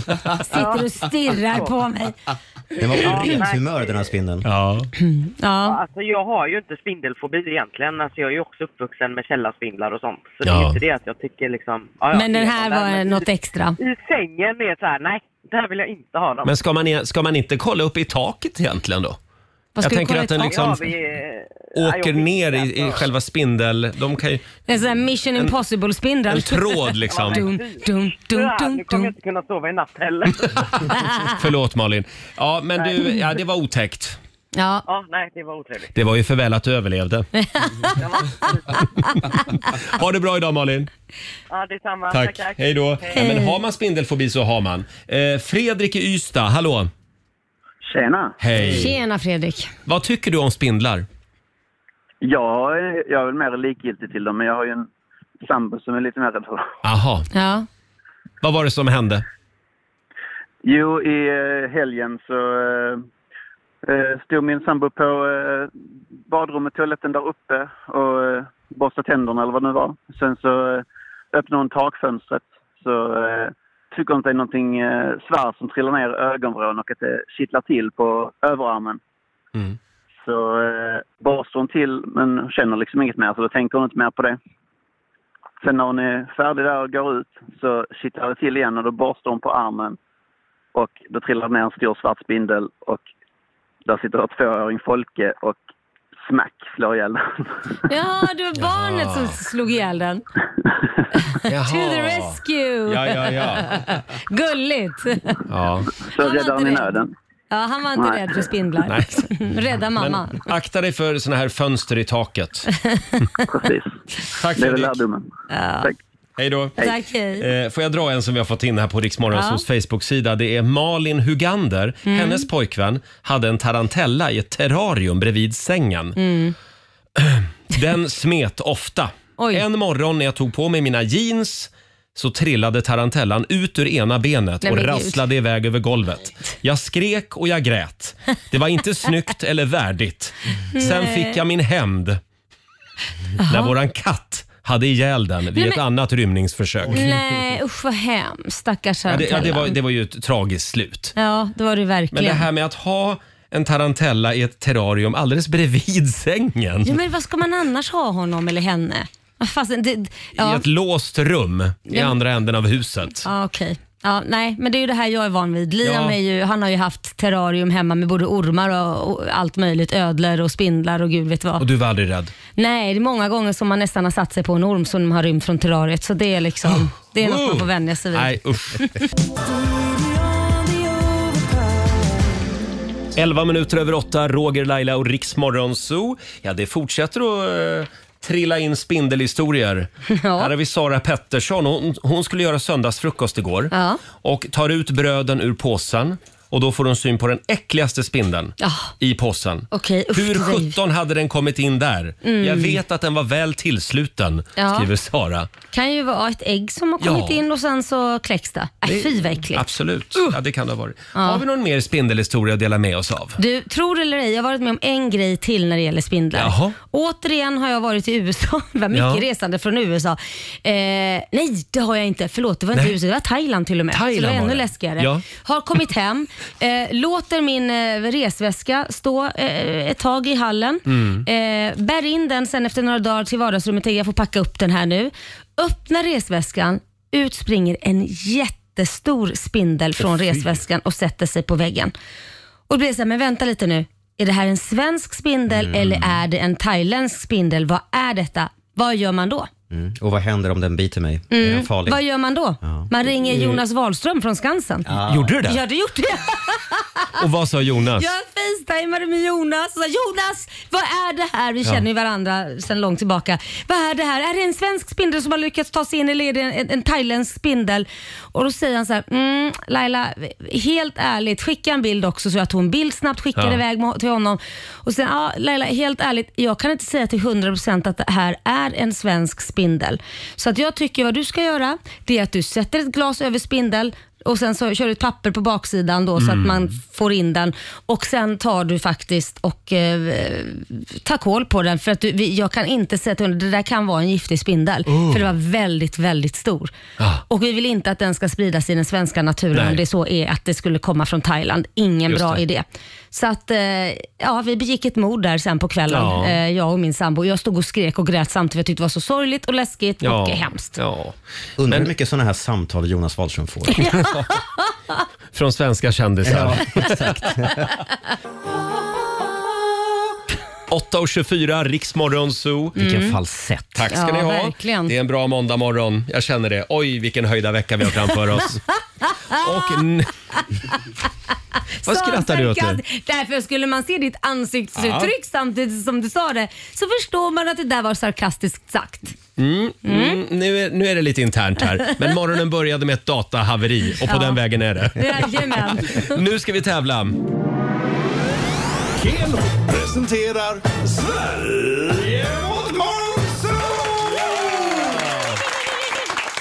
Sitter och stirrar på mig.
Den var
Ja,
på rent
nej.
humör den här spindeln.
Ja.
Ja. Alltså jag har ju inte spindelfobi egentligen. Alltså jag är ju också uppvuxen med källarspindlar och sånt. Så det
Ja.
är inte det att jag tycker liksom... ja, ja,
Men den
det är
här
de där,
var
men
något
i-
extra.
I sängen är det så här, nej, det här vill jag inte ha dem.
Men ska man, ska man inte kolla upp i taket egentligen då? Jag tänker att den liksom
Ja, vi, eh, ja,
åker
jag-
ner i, i själva spindel... De kan ju...
En sån här mission impossible spindel.
en tråd, liksom.
Dum, dum, dum,
Ja,
dum,
nu kommer jag
dum.
inte kunna sova i natt heller.
Förlåt Malin. Ja, men
Nej.
du, ja, det var otäckt.
Ja.
ja, nej, det var otrevligt.
Det var ju för väl att du
[laughs]
överlevde. ha det bra idag Malin.
Ja, detsamma.
Tack. Hej då. Ja, men har man spindelfobi så har man. Eh, Fredrik i Ystad, hallå.
Tjena.
Hej.
Tjena Fredrik.
Vad tycker du om spindlar?
Ja, jag är väl mer likgiltig till dem, men jag har ju en sambo som är lite mer rädd för dem.
Aha.
Ja.
Vad var det som hände?
Jo, i eh, helgen så eh, eh, stod min sambo på eh, badrummet, toaletten där uppe och eh, borstade tänderna eller vad det nu var. Sen så eh, öppnade hon takfönstret så eh, tycker hon att det är någonting eh, svart som trillar ner i ögonvrån och att det kittlar till på överarmen. Så eh, borstar hon till men hon känner liksom inget mer så då tänker hon inte mer på det. Sen när hon är färdig där och går ut så kittlar det till igen och då borstar hon på armen och då trillar det ner en stor svart spindel och där sitter ett tvååring Folke och smack slår ihjäl den.
Ja, det var barnet som slog ihjäl den. To the rescue!
Ja, ja, ja.
[laughs] Gulligt!
Ja.
Så räddar ni
rädd.
nöden.
Ja, han var inte
Nej.
rädd för spindlar.
Nej.
[laughs] Rädda mamma.
Men akta dig för såna här fönster i taket.
Precis.
Tack
Det är väl
Fredrik.
lärdomen.
Ja.
Tack.
Hej då.
Tack, hej.
Eh, får jag dra en som vi har fått in här på Riksmorgonsols Facebook-sida. Det är Malin Hugander.
Mm.
Hennes pojkvän hade en tarantella i ett terrarium bredvid sängen.
Mm.
Den smet ofta. En morgon när jag tog på mig mina jeans så trillade tarantellan ut ur ena benet
Nej,
och
men Gud.
rasslade iväg över golvet. Jag skrek och jag grät. Det var inte snyggt eller värdigt. Sen
Nej.
fick jag min hämnd när våran katt hade ihjäl den vid
Nej,
ett
men-
annat rymningsförsök.
Nej, usch vad hemskt. Stackars
Ja, det, ja, det, var,
tarantellan.
det var ju ett tragiskt slut.
Ja, det var det
Men det
verkligen.
här med att ha en tarantella i ett terrarium alldeles bredvid [laughs] sängen.
Ja, men vad ska man annars ha honom eller henne? Vad fasen, det,
I
ja.
ett låst rum i
Ja.
andra änden av huset.
Ja, Ah, okej. Ja, nej, men det är ju det här jag är van vid. Liam
Ja.
är ju, han har ju haft terrarium hemma med både ormar och, och allt möjligt. Ödlor och spindlar och gud vet vad.
Och du var aldrig rädd?
Nej, det är många gånger som man nästan har satt sig på en orm som har rymt från terrariet. Så det är liksom,
Ah,
det är något man får vänja sig vid.
Nej, [laughs] usch. 11 minuter över åtta, Roger, Laila och Riks Morgonzoo. Ja, det fortsätter att eh, trilla
[laughs]
in spindelhistorier. Här har vi Sara Pettersson. Hon, hon skulle göra söndagsfrukost igår
Ja.
och tar ut bröden ur påsen och då får hon syn på den äckligaste spindeln
Ja.
i påsen.
Ah, Okej, usch,
Hur
grej.
17 hade den kommit in där?
Mm.
Jag vet att den var väl tillsluten,
Ja.
skriver Sara.
Kan ju vara ett ägg som har
Ja.
kommit in och sen så kläcks det. Äh, fy vad äckligt.
Absolut. Ja, det kan det ha varit.
Ja.
Har vi någon mer spindelhistoria att dela med oss av?
Du, tror eller ej, jag har varit med om en grej till när det gäller spindlar.
Jaha.
Återigen har jag varit i USA. [laughs] Det var mycket
Ja.
resande från USA. Eh, nej, det har jag inte. Förlåt, det var inte
Nej.
USA. Det var Thailand till och med. så
Thailand
det var
var
ännu
det.
läskigare.
Ja.
Har kommit hem, Eh, låter min eh, resväska stå eh, ett tag i hallen.
Mm.
Eh, bär in den sen efter några dagar till vardagsrummet. Tänker, Jag får packa upp den här nu. Öppnar resväskan, ut springer en jättestor spindel från
fy.
resväskan och sätter sig på väggen. Och det blir så här, men vänta lite nu. Är det här en svensk spindel
Mm.
eller är det en thailändsk spindel? Vad är detta? Vad gör man då?
Mm. Och vad händer om den biter mig? Är
Mm.
den farlig?
Vad gör man då? Man ringer
Mm.
Jonas Wahlström från Skansen.
Ja. Gjorde du det?
Ja, det gjorde jag.
Och vad sa Jonas?
Jag facetimade med Jonas och sa Jonas, vad är det här? Vi
Ja.
känner ju varandra sedan långt tillbaka. Vad är det här? Är det en svensk spindel som har lyckats ta sig in eller är det en, en, en thailändsk spindel? Och då säger han så här, mm, Laila, helt ärligt, skicka en bild också. Så jag tog en bild snabbt, skickade
Ja.
iväg mo- till honom. Och sen, ja, Laila, helt ärligt, jag kan inte säga till 100% att det här är en svensk spindel. Så att jag tycker vad du ska göra, det är att du sätter ett glas över spindel och sen så kör du ett papper på baksidan då så att
Mm.
man får in den. Och sen tar du faktiskt och eh, tar koll på den för att du, vi, jag kan inte säga till honom, det där kan vara en giftig spindel.
Oh.
För det var väldigt, väldigt stor.
Ah.
Och vi vill inte att den ska spridas i den svenska naturen
Nej.
om det så är att det skulle komma från Thailand. Ingen
Just
bra
det.
idé. Så att, eh, ja, vi begick ett mord där sen på kvällen,
Ja.
eh, jag och min sambo. Jag stod och skrek och grät samtidigt. Jag tyckte det var så sorgligt och läskigt
Ja.
och hemskt.
Ja.
Undrar hur mycket sådana här samtal Jonas Wahlström
[laughs]
får.
Från svenska kändisar. [laughs]
Ja,
exakt. 8.24, Riksmorgon Zoo.
Vilken Mm. falsett.
Tack ska ni
Ja,
ha.
verkligen.
Det är en bra måndagmorgon. Jag känner det. Oj, vilken höjda vecka vi har framför
[laughs]
[laughs]
oss. Och n- Vad
Sa
skrattar du åt
sarkad-
nu?
Därför skulle man se ditt ansiktsuttryck
Ja.
samtidigt som du sa det så förstår man att det där var sarkastiskt sagt.
Mm, mm.
Mm.
Nu, är, nu är det lite internt här, men morgonen började med ett datahaveri och på
Ja.
den vägen är det.
Jajamän.
nu ska vi tävla.
Keno presenterar Sverige mot Månsson!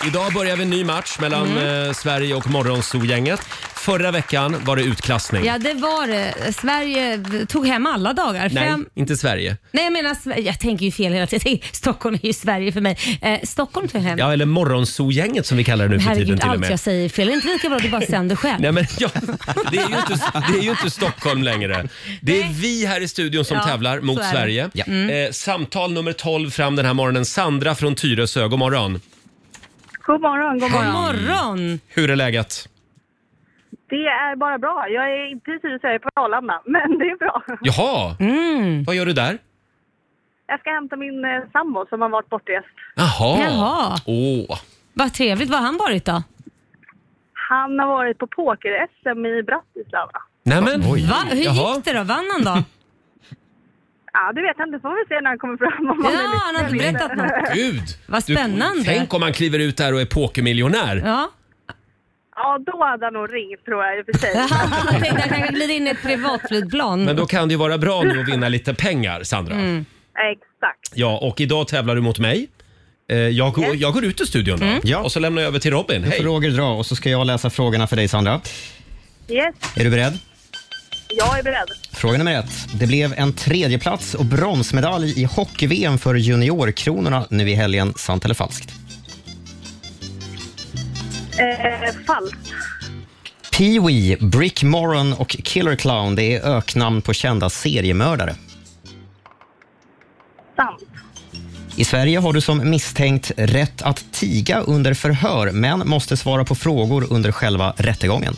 Idag börjar vi en ny match mellan
Mm.
eh, Sverige och Morgonzoo-gänget. Förra veckan var det utklassning.
Ja, det var det. Sverige tog hem alla dagar.
Nej,
Fem...
inte Sverige.
Nej, jag menar Sverige. Jag tänker ju fel hela tiden. [laughs] Jag tänker, Stockholm är ju Sverige för mig. Eh, Stockholm tog hem.
Ja, eller Morgonzoo-gänget som vi kallar det nu för tiden
Herregud,
till och
allt jag
med.
säger fel. Det är inte lika bra att du bara sänder själv.
Nej, men, ja, det, är ju inte, det är ju inte Stockholm längre. Det är vi här i studion som
Ja,
tävlar
så
mot
är det.
Sverige.
Ja. Mm.
Eh, samtal nummer 12 fram den här morgonen. Sandra från Tyresö, god morgon.
God morgon, god morgon.
morgon!
Hur är läget?
Det är bara bra. Jag är inte i Tyresö, jag är på Arlanda. [laughs] Men det är bra.
Jaha, vad gör du där?
Jag ska hämta min eh, sambo som har varit bortrest.
Jaha.
Jaha.
Åh.
Vad trevligt. Var har han varit då?
Han har varit på poker-SM i Bratislava.
Nämen.
Va? Hur
Jaha.
gick det då? Vann han då?
Ja, det vet jag inte. Får vi se när han kommer fram. Om han
Ja,
är lite
han har inte
eller
berättat
inte. [laughs]
något.
Gud!
Vad
Du-
spännande.
Tänk om man kliver ut där och är pokermiljonär.
Mm.
Ja.
Ja, då hade han nog ringt tror jag i och för sig.
Jag tänkte att [laughs] han kanske glider in i ett privatflygplan.
Men då kan det ju vara bra nu att vinna lite pengar, Sandra.
Mm.
Exakt.
Ja, och idag tävlar du mot mig. Eh, Jag går, jag går ut ur studion då.
Mm. Ja.
och så lämnar jag över till Robin.
Då får
Hej!
Roger dra och så ska jag läsa frågorna för dig Sandra.
Yes,
Är du beredd?
jag är beredd.
Fråga nummer ett. Det blev en tredjeplats och bronsmedalj i hockey-VM för juniorkronorna nu i helgen. Sant eller falskt?
Eh, falskt.
Pee-Wee, Brick Moran och Killer Clown det är öknamn på kända seriemördare.
Sant.
I Sverige har du som misstänkt rätt att tiga under förhör men måste svara på frågor under själva rättegången.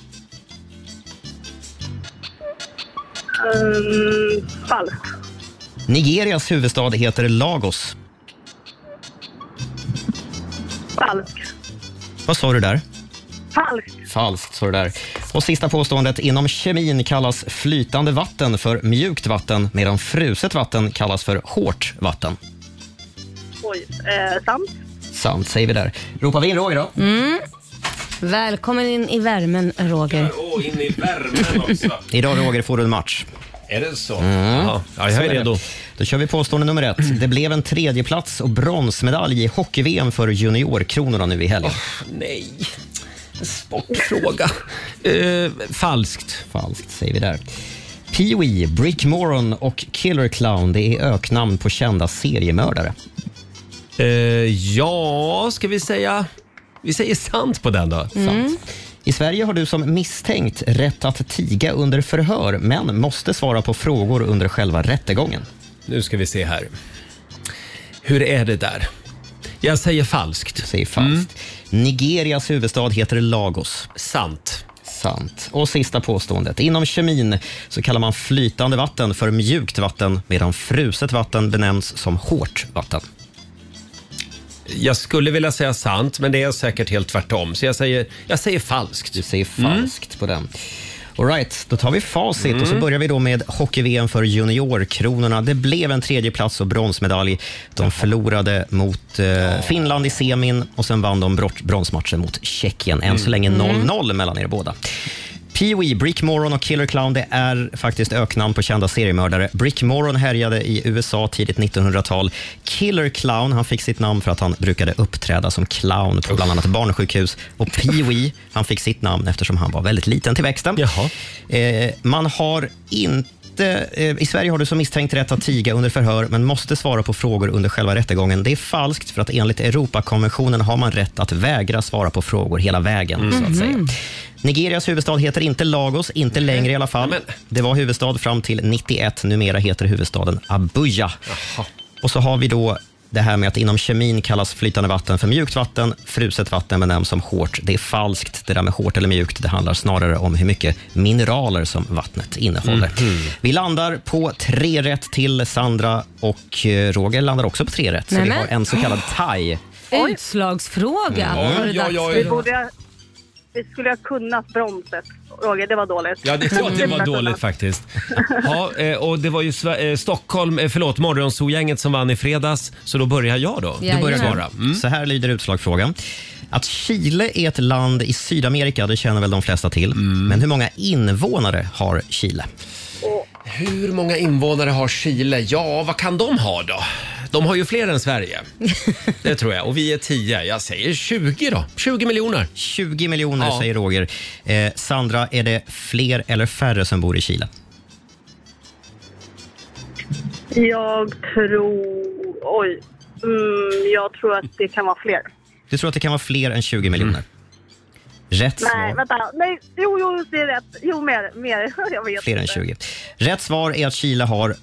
Um, falskt.
Nigerias huvudstad heter Lagos.
Falskt.
Vad sa du där?
Falskt.
Falskt, så det där. Och sista påståendet. Inom kemin kallas flytande vatten för mjukt vatten medan fruset vatten kallas för hårt vatten.
Oj. Eh, sant.
Sant, säger vi där. Ropar vi in Roger då?
Mm. Välkommen in i värmen, Roger.
Åh, in i värmen också.
Idag Roger får du en match.
Är det så?
Mm.
Ja, jag är
Så det.
redo.
Då kör vi påstående nummer ett. Det blev en tredjeplats och bronsmedalj i hockey-VM för juniorkronorna nu i helgen.
Nej. En sportfråga. Eh, falskt.
Falskt säger vi där. Pee-Wee, Brick Moran och Killer Clown det är öknamn på kända seriemördare.
Eh, ja, ska vi säga... Vi säger sant på den då.
Mm. Sant. I Sverige har du som misstänkt rätt att tiga under förhör, men måste svara på frågor under själva rättegången.
Nu ska vi se här. Hur är det där? Jag säger falskt. Mm.
Säger falskt. Nigerias huvudstad heter Lagos.
Sant.
Sant. Och sista påståendet. Inom kemin så kallar man flytande vatten för mjukt vatten medan fruset vatten benämns som hårt vatten.
Jag skulle vilja säga sant, men det är säkert helt tvärtom. Så jag säger, jag säger falskt. Mm. Du
säger falskt på den. All right, då tar vi facit och så
Mm.
börjar vi då med hockey-VM för juniorkronorna. Det blev en tredje plats och bronsmedalj. De förlorade mot eh, Finland i semin och sen vann de brot- bronsmatchen mot Tjeckien. Än så
Mm.
länge
Mm.
0-0 mellan er båda. Pee-Wee, Brick Moron och Killer Clown, det är faktiskt öknamn på kända seriemördare. Brick Moron härjade i USA tidigt 1900-tal. Killer Clown, han fick sitt namn för att han brukade uppträda som clown på bland annat barnsjukhus. Och Pee-Wee, han fick sitt namn eftersom han var väldigt liten till växten. Eh, man har inte... eh, I Sverige har du som misstänkt rätt att tiga under förhör, men måste svara på frågor under själva rättegången. Det är falskt, för att enligt Europakonventionen har man rätt att vägra svara på frågor hela vägen. Så att säga.
Mhm.
Nigerias huvudstad heter inte Lagos, inte längre i alla fall. Det var huvudstad fram till 91. Numera heter huvudstaden Abuja. Och så har vi då det här med att inom kemin kallas flytande vatten för mjukt vatten, fruset vatten benämns som hårt. Det är falskt. Det där med hårt eller mjukt, det handlar snarare om hur mycket mineraler som vattnet innehåller. Vi landar på tre rätt till Sandra och eh, Roger landar också på tre rätt. Så vi
Nämen.
har en så kallad thai.
Utslagsfråga.
Mm.
Var det
Oj,
dags
oj,
för
oj.
då?
Borde jag, det skulle jag kunnat bromset. Roger, det var dåligt. Mm.
Ja, det, ja, det var
Skulle
dåligt faktiskt. Ja, eh, och det var ju Sve- eh, Stockholm, eh, förlåt, Morgonzoo-gänget som vann i fredags, så då börjar Mm. jag då.
Du börjar svara. Så här lyder utslagsfrågan. Att Chile är ett land i Sydamerika, det känner väl de flesta till.
Mm.
Men hur många invånare har Chile?
Hur många invånare har Chile? Ja, vad kan de ha då? De har ju fler än Sverige. Det tror jag. Och vi är 10. Jag säger 20 då. 20 miljoner.
20 miljoner
Ja.
säger Roger. Eh, Sandra, är det fler eller färre som bor i Chile?
Jag tror... Oj. Mm, jag tror att det kan vara fler.
Du tror att det kan vara fler än
Mm.
20 miljoner? Rätt
Nej,
svar.
vänta. Nej, jo, jo, det är rätt. Jo, mer. mer. [laughs] Jag vet
Fler än
inte.
20. Rätt svar är att Chile har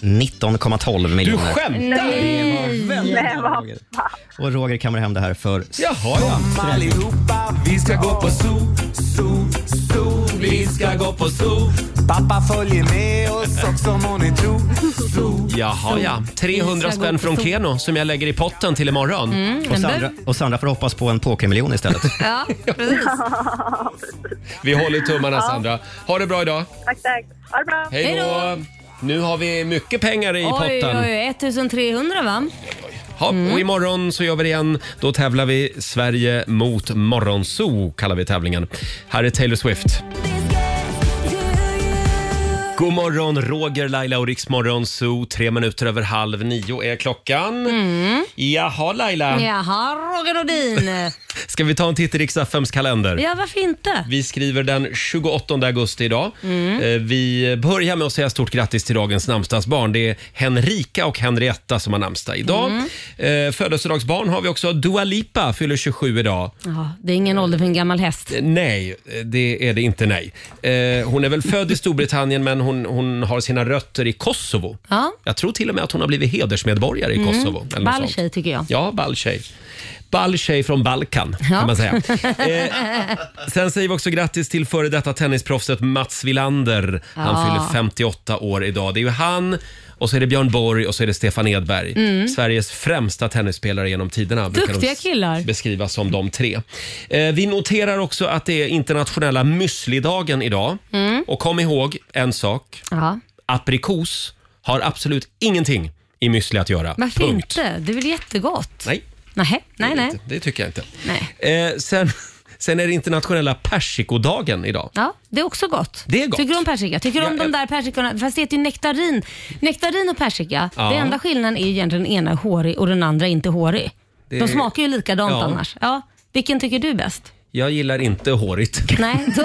19,12 miljoner.
Nej! Nej, vad
Och Roger kammar hem det här för
Jaha,
ja.
Kom allihopa, vi ska gå på zoo, zoo, zoo. Vi ska gå på zoo. Pappa följer med oss också må ni tro. Zoo.
Jaha, ja. 300 spänn från Keno som jag lägger i potten till imorgon.
Mm, men
Och
den-
Sandra, och Sandra får hoppas på en pokermiljon istället.
Ja, precis.
[laughs]
[laughs]
Vi håller tummarna
Ja.
Sandra. Ha det bra idag.
Tack, tack. Ha det bra.
Hej då! Nu har vi mycket pengar i
Oj,
potten.
oj, Mm. oj, 1300 va?
Ja, Och imorgon så gör vi det igen. Då tävlar vi Sverige mot Morgonzoo, kallar vi tävlingen. Här är Taylor Swift. God morgon, Roger, Laila och Riks Morgonzoo. Tre minuter över halv nio är klockan.
Mm.
Jaha, Laila.
Jaha, Roger
[laughs]
Nordin.
Ska vi ta en titt i riks kalender?
Ja, varför inte?
Vi skriver den 28 augusti idag.
Mm.
Eh, Vi börjar med att säga stort grattis till dagens namnsdagsbarn. Det är Henrika och Henrietta som har namnsdag idag.
Mm.
Eh, Födelsedagsbarn har vi också. Dua Lipa fyller 27 idag.
Ja, det är ingen ålder för en gammal häst.
Eh, Nej, eh, det är det inte. Nej. Eh, Hon är väl född i Storbritannien men hon, hon har sina rötter i Kosovo.
Ja.
Jag tror till och med att hon har blivit hedersmedborgare i Kosovo.
Mm.
Eller något
Ball
sånt.
tjej tycker jag.
Ja, ball tjej. Ball tjej från Balkan kan
[laughs]
man säga. Eh, Sen säger vi också grattis till före detta tennisproffset Mats Wilander. Han
Ja.
fyller 58 år idag. Det är ju han, och så är det Björn Borg och så är det Stefan Edberg.
Mm.
Sveriges främsta tennisspelare genom tiderna. brukar de
Duktiga
s-
killar.
Beskrivas som de tre. Eh, vi noterar också att det är internationella müslidagen idag.
Mm.
Och kom ihåg en sak.
Ja.
Aprikos har absolut ingenting i müsli att göra.
Varför
Punkt.
inte? Det är väl jättegott?
Nej,
Nej, nej, nej.
inte. det tycker jag inte.
nej.
Eh, sen, [laughs] sen är det internationella persikodagen idag.
Ja, det är också gott.
Det är gott.
Tycker du om persika? Tycker du om
Ja,
de
jag-
där persikorna? Fast det heter ju nektarin. Nektarin och persika,
Ja.
det enda skillnaden är ju egentligen den ena är hårig och den andra är inte hårig.
Det-
De smakar ju likadant
Ja.
annars. Ja. Vilken tycker du bäst?
Jag gillar inte hårigt.
Nej, då...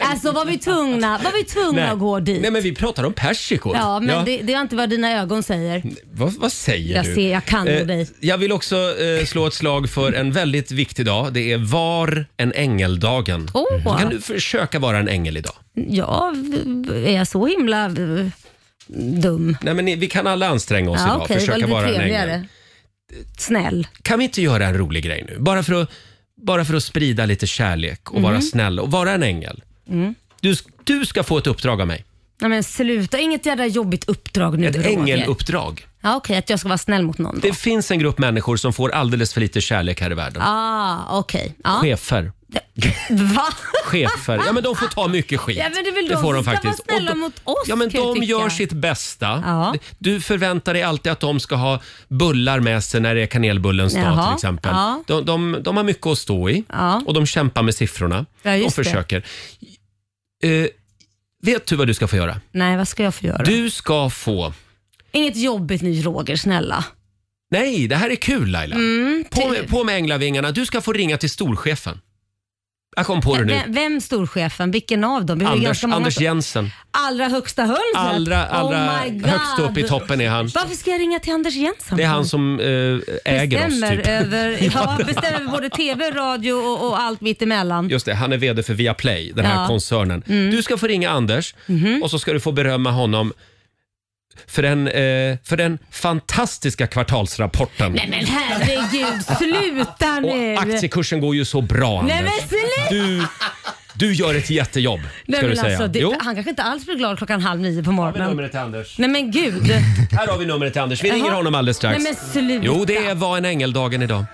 alltså var vi tvungna, var vi tvungna
Nej.
att gå dit?
Nej, men vi pratar om persikor.
Ja, men Det, det är inte vad dina ögon säger.
Vad, vad säger
Jag
du? Eh,
ser, jag kan nog dig.
Jag vill också eh, slå ett slag för en väldigt viktig dag. Det är var en ängeldagen. Mm-hmm.
Åh.
Kan du försöka vara en ängel idag?
Ja, v- v- är jag så himla v- dum?
Nej, men ni, vi kan alla anstränga oss
Ja,
idag.
okej, det var
försöka
lite
vara en ängel.
trevligare. Snäll.
Kan vi inte göra en rolig grej nu? Bara för att, bara för att sprida lite kärlek och vara
Mhm.
snäll och vara en ängel.
Mm.
Du, du ska få ett uppdrag av mig.
Nej, men sluta, inget jävla jobbigt uppdrag nu
Ett
Roger.
ängeluppdrag.
Ja, okej, att jag ska vara snäll mot någon.
Det finns en grupp människor som får alldeles för lite kärlek här i världen.
Ah, okej. Ja.
Chefer.
Va?
Chefer. Ja, men de får ta mycket skit.
Ja, men det är väl de
får
som
de
ska
faktiskt.
vara snälla
Och de-
mot oss,
Ja, men
kan jag
de
tycka.
gör sitt bästa.
Ja.
Du förväntar dig alltid att de ska ha bullar med sig när det är kanelbullens dag
Jaha,
till exempel.
ja.
De, de, de har mycket att stå i
Ja.
och de kämpar med siffrorna.
Ja,
de
just det.
försöker. Eh, vet du vad du ska få göra?
Nej, vad ska jag få göra?
Du ska få...
Inget jobbigt nu Roger, snälla.
Nej, det här är kul Laila.
Mm,
På,
till-
med, på med änglavingarna. Du ska få ringa till storchefen. Jag kom på det nu.
Vem, vem storchefen? Vilken av dem? Vi har ju
Anders,
ganska många
Anders
stor-
Jensen.
Allra högsta höljet?
Allra, allra
my God.
högst upp i toppen är han.
Varför ska jag ringa till Anders Jensen?
Det är han som eh, äger oss
bestämmer
typ. [laughs]
över, ja, bestämmer över både TV, radio och, och allt mitt emellan.
Just det, han är VD för Viaplay, den här
Ja. Mm. Mhm.
koncernen. Du ska få ringa Anders och så ska du få berömma honom för den, eh, för den fantastiska kvartalsrapporten.
Nej men herregud, sluta nu!
Och aktiekursen går ju så bra
Nej,
Anders.
men sluta!
Du, du gör ett jättejobb,
Nej,
ska du
men
säga.
alltså, det,
jo.
han kanske inte alls blir glad klockan halv nio på
Här har vi
morgonen.
numret till Anders.
Nej men gud.
Här har vi numret till Anders. Vi ringer
Jaha.
honom alldeles strax.
Nej, men sluta.
Jo, det är var en ängeldagen idag.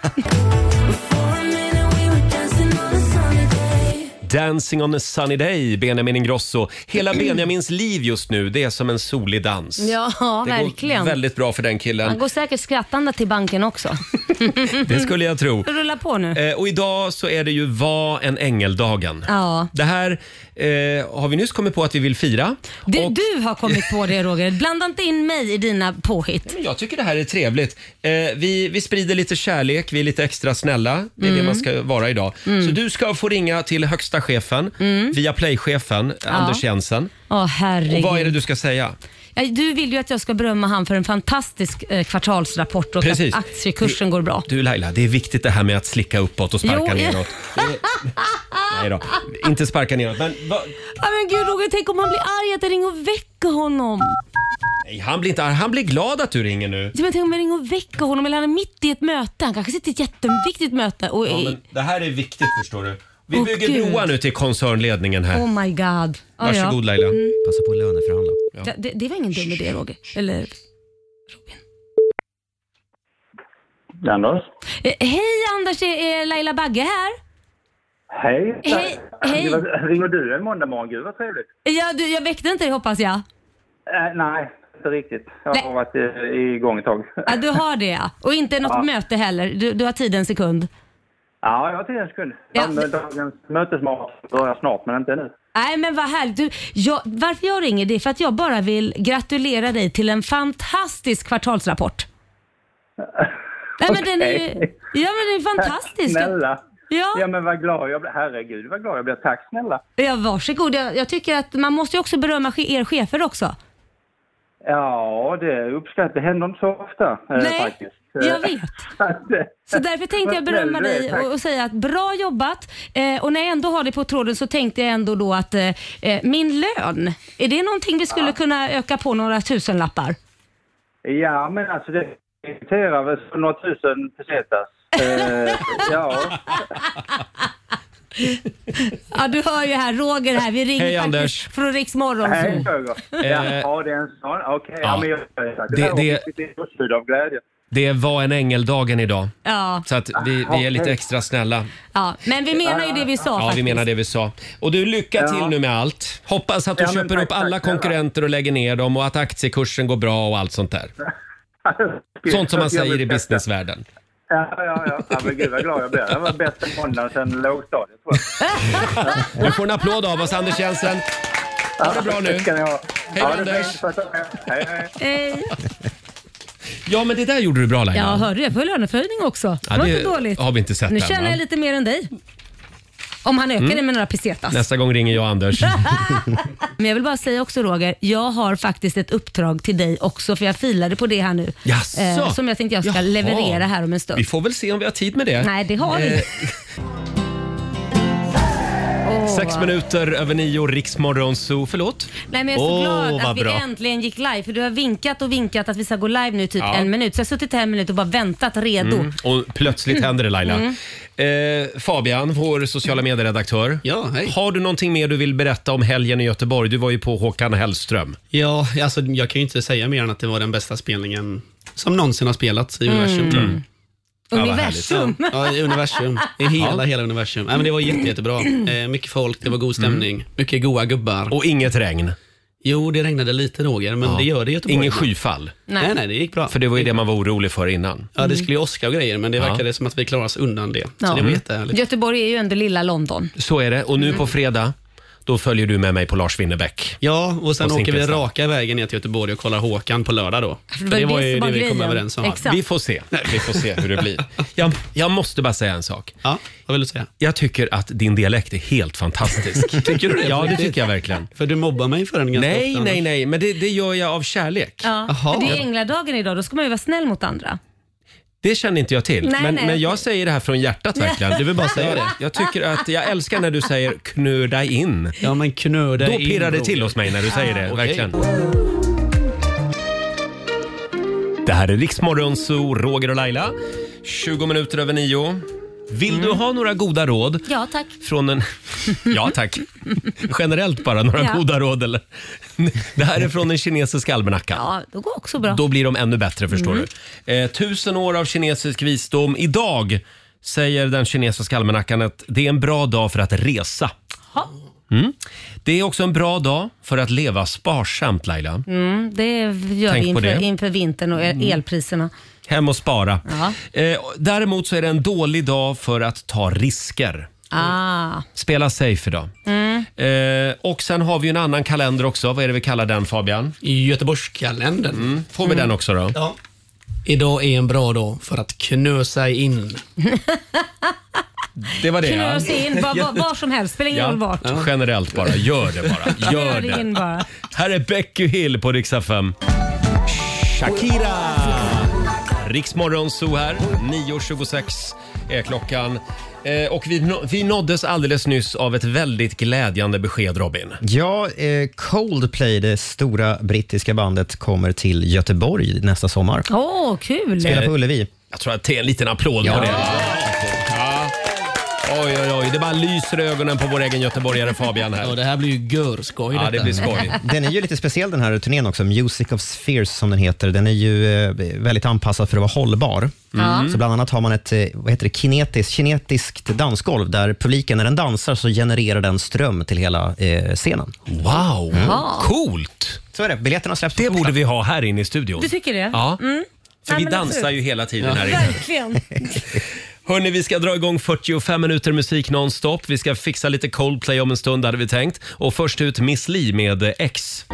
Dancing on a sunny day, Benjamin Ingrosso. Hela Benjamins liv just nu, det är som en solig dans.
Ja,
det
verkligen.
går väldigt bra för den
Han
killen.
går säkert skrattande till banken också.
Det skulle jag tro.
Rulla på nu.
Eh, och idag så är det ju var en ängeldagen.
Ja.
Det här eh, har vi nyss kommit på att vi vill fira.
Du, du har kommit på det Roger. Blanda inte in mig i dina påhitt.
Men Jag tycker det här är trevligt. Eh, vi, vi sprider lite kärlek, vi är lite extra snälla. Det är det
Mm.
man ska vara idag.
Mm.
Så du ska få ringa till högsta chefen,
Mm.
via playchefen Anders Jensen.
Åh
Och
herregud.
vad är det du ska säga?
Ja, Du vill ju att jag ska berömma han för en fantastisk eh, kvartalsrapport och
Precis.
att aktiekursen går bra.
Du Laila, det är viktigt det här med att slicka uppåt och sparka
Jo, ja.
neråt. Nej då, inte sparka neråt. Men va?
Ja, men gud Roger, tänk om han blir arg att jag ringer och väcker honom.
Nej, han blir inte arg. Han blir glad att du ringer nu.
Ja, men tänk om jag ringer och väcker honom eller han är mitt i ett möte. Han kanske sitter i ett jätteviktigt möte och
Ja,
är...
men det här är viktigt förstår du. Vi
Åh,
bygger
Gud.
broar nu till koncernledningen här.
Oh my god. Ja,
Varsågod
ja.
Laila.
Mm.
Passa på att löneförhandla.
Det, det, det var ingen dum idé Roger. Eller...
Anders?
Eh, hej Anders, det är Laila Bagge här.
Hej!
Hej, hej.
Det var- Ringer du en måndag morgon? Gud vad trevligt.
Ja, du, jag väckte inte dig hoppas jag.
Eh, nej, inte riktigt. Jag
Nej.
har varit eh, igång ett tag.
Ja, du har det ja. Och inte något
Ja.
möte heller. Du, du har tid en sekund.
Ja, jag har tid en sekund.
Ja.
Men Dagens mötesmat börjar snart, men inte nu.
Nej men vad härligt. Du, jag, varför jag ringer det är för att jag bara vill gratulera dig till en fantastisk kvartalsrapport. Nej men den är ju...
Okej.
Ja men den är fantastisk.
Snälla!
Ja.
ja, men vad glad jag blir. Herregud vad glad jag blir. Tack snälla!
Ja, varsågod. Jag, jag tycker att man måste ju också berömma che- er chefer också.
Ja, det uppskattar Det händer inte så ofta eh,
Nej,
faktiskt.
Jag
[laughs]
vet. Så därför tänkte jag
Vad snäll
berömma
du är,
dig
eh, tack.
och, och säga att bra jobbat. Eh, och när jag ändå har dig på tråden så tänkte jag ändå då att eh, eh, min lön, är det någonting vi skulle kunna öka på några tusenlappar?
Ja, men alltså det irriterar väl så några tusen pesetas. Eh,
[laughs]
ja,
Ja, du hör ju här, Roger här. Vi ringer
Hej,
faktiskt
Anders.
från Riks Morgonzoo.
hej Höger.
Eh.
Ja, det är en sån. Okej, ja.
Ja.
men jag vet att det,
Det-
där var
det-
riktigt uppfylld av glädje.
Det var en ängeldagen idag.
Ja.
Så att vi, vi är lite
Okej.
extra snälla.
ja, men vi menar ju det vi sa
Ja, vi
faktiskt.
menar det vi sa. Och du, lycka
Ja.
till nu med allt. Hoppas att du
Ja, men
köper
tack,
upp alla
tack,
konkurrenter och lägger ner dem och att aktiekursen går bra och allt sånt där. [laughs] Sånt som man säger i businessvärlden.
Ja, ja, ja. ja men gud vad glad jag blev. Det var bästa måndagen sedan lågstadiet tror
Du får en applåd av oss, Anders Jensen.
jag.
Ha det bra nu.
Ska ni ha.
Hej,
Ja, det är
Anders.
fint. Puss och kram. Hej, hej.
Hej.
Ja, men det där gjorde du bra Laila.
Eh, Ja, hörde du det? Får jag löneförhöjning också.
Ja,
det var
det
inte dåligt.
har vi inte sett
Nu
än,
tjänar
va?
jag lite mer än dig. Om han ökar
Mm.
det med några pesetas.
Nästa gång ringer jag
[laughs]
Anders.
Men jag vill bara säga också Roger, jag har faktiskt ett uppdrag till dig också för jag filade på det här nu. Eh,
Jaså?
som jag tänkte jag ska
Jaha.
leverera här om en stund.
Vi får väl se om vi har tid med det.
Nej, det har vi
Eh,
inte. [laughs] Åh.
Sex minuter över nio, Riksmorgon Zoo. Förlåt?
Nej, men jag är så
Åh,
glad
vad
att vi
bra.
äntligen gick live. För du har vinkat och vinkat att vi ska gå live nu i typ
Ja.
en minut. Så jag har suttit här en minut och bara väntat redo.
Mm. Och plötsligt händer det Laila.
Mm.
Eh, Fabian, vår sociala medieredaktör. Ja, hej. Har du någonting mer du vill berätta om helgen i Göteborg? Du var ju på Håkan Hellström.
Ja, alltså, jag kan ju inte säga mer än att det var den bästa spelningen som någonsin har spelats i
Mm.
universum. tror jag.
Mm. Universum.
Ja, vad härligt. ja, i universum. I hela,
Ja.
hela universum. Nej, men det var jätte,
[clears throat]
jättebra. Eh, mycket folk, det var god stämning, mycket goa gubbar.
Och inget regn.
Jo, det regnade lite Roger, men
Ja.
det gör det i Göteborg.
Ingen skyfall.
Nej. nej, det gick bra.
För det var ju det man var orolig för innan.
Ja, det skulle ju åska och grejer, men det
Ja. Mm.
verkade som att vi klarade oss undan det.
Ja.
Så det var jättehärligt.
Göteborg är ju ändå lilla London.
Så är det. Och nu på fredag, då följer du med mig på Lars Winnerbäck.
Ja, och sen
Och
åker vi
Zinkensdamm.
raka vägen ner till Göteborg och kollar Håkan på lördag då.
det var
det
ju
var
det
ju
som var
det vi kom
grejen.
överens om.
Exakt. Vi får se. Vi får se hur det blir. Jag, jag måste bara säga en sak.
Ja, vad vill du säga?
Jag tycker att din dialekt är helt fantastisk.
[laughs] Tycker du det?
Ja, det tycker jag verkligen.
För du mobbar mig för den ganska
Nej,
ofta.
nej, nej, men det, det gör jag av kärlek.
Ja. För det är Ängladagen idag, då ska man ju vara snäll mot andra.
Det känner inte jag till.
Nej,
men,
nej.
men jag säger det här från hjärtat verkligen.
Du vill bara säga det.
Jag tycker att jag älskar när du säger knö dig in.
Ja, men knö dig
Då
in,
pirrar det till
Roger.
hos mig när du säger det.
Ja, okej.
Verkligen. Det här är Riksmorgon Zoo, Roger och Laila. 20 minuter över nio. Vill du
Mm.
ha några goda råd?
Ja, tack. [laughs]
Från en... Ja, tack. Generellt bara, några
Ja.
goda råd. Eller? [laughs] Det här är från den kinesiska almanackan.
Ja, det går också bra.
Då blir de ännu bättre förstår
Mm.
du. Eh, tusen år av kinesisk visdom. Idag säger den kinesiska almanackan att det är en bra dag för att resa.
Ja.
Mm. Det är också en bra dag för att leva sparsamt Laila.
Mm, det gör vi
Tänk på
inför,
det. Mm.
inför vintern och el- elpriserna.
Hem och spara.
Ja.
Eh, däremot så är det en dålig dag för att ta risker.
Ah.
Spela safe idag.
Mm.
Eh, och sen har vi ju en annan kalender också. Vad är det vi kallar den Fabian?
Göteborgskalendern.
Mm. Får vi den också då?
Ja. Idag är en bra dag för att knö sig in.
Det var det
Knö sig in var, var, var som helst, spelar ingen roll vart.
Ja, generellt bara. Gör det
[laughs]
bara. Gör
Knö dig
det.
in bara.
Här är Becky Hill på Riksa 5. Shakira! Riksmorgon Zoo här. 9.26 är klockan. Eh, och vi, nå- vi nåddes alldeles nyss av ett väldigt glädjande besked, Robin.
[laughs] Ja, eh, Coldplay, det stora brittiska bandet, kommer till Göteborg nästa sommar.
Åh, kul!
Spelar på Ullevi.
Jag tror att det är en liten applåd på det. Ja. Oj, oj, oj. Det bara lyser i ögonen på vår egen göteborgare Fabian här.
Ja, det här blir ju görskoj.
Ja, det
detta.
blir
[laughs]
skoj.
[laughs] Den är ju lite speciell den här turnén också, Music of Spheres som den heter. Den är ju eh, väldigt anpassad för att vara hållbar.
Ja.
Så bland annat har man ett eh, vad heter det, kinetiskt, kinetiskt dansgolv där publiken, när den dansar, så genererar den ström till hela eh, scenen. Mm.
Wow,
Ja.
coolt!
Så är det. Biljetterna släpps
Det borde vi ha här inne i studion.
Du tycker det?
Ja.
Mm.
För
Ja,
vi
men
dansar
absolut.
ju hela tiden här inne.
Verkligen.
Hörni, vi ska dra igång 45 minuter musik nonstop. Vi ska fixa lite Coldplay om en stund hade vi tänkt. Och först ut Miss Li med eh, X.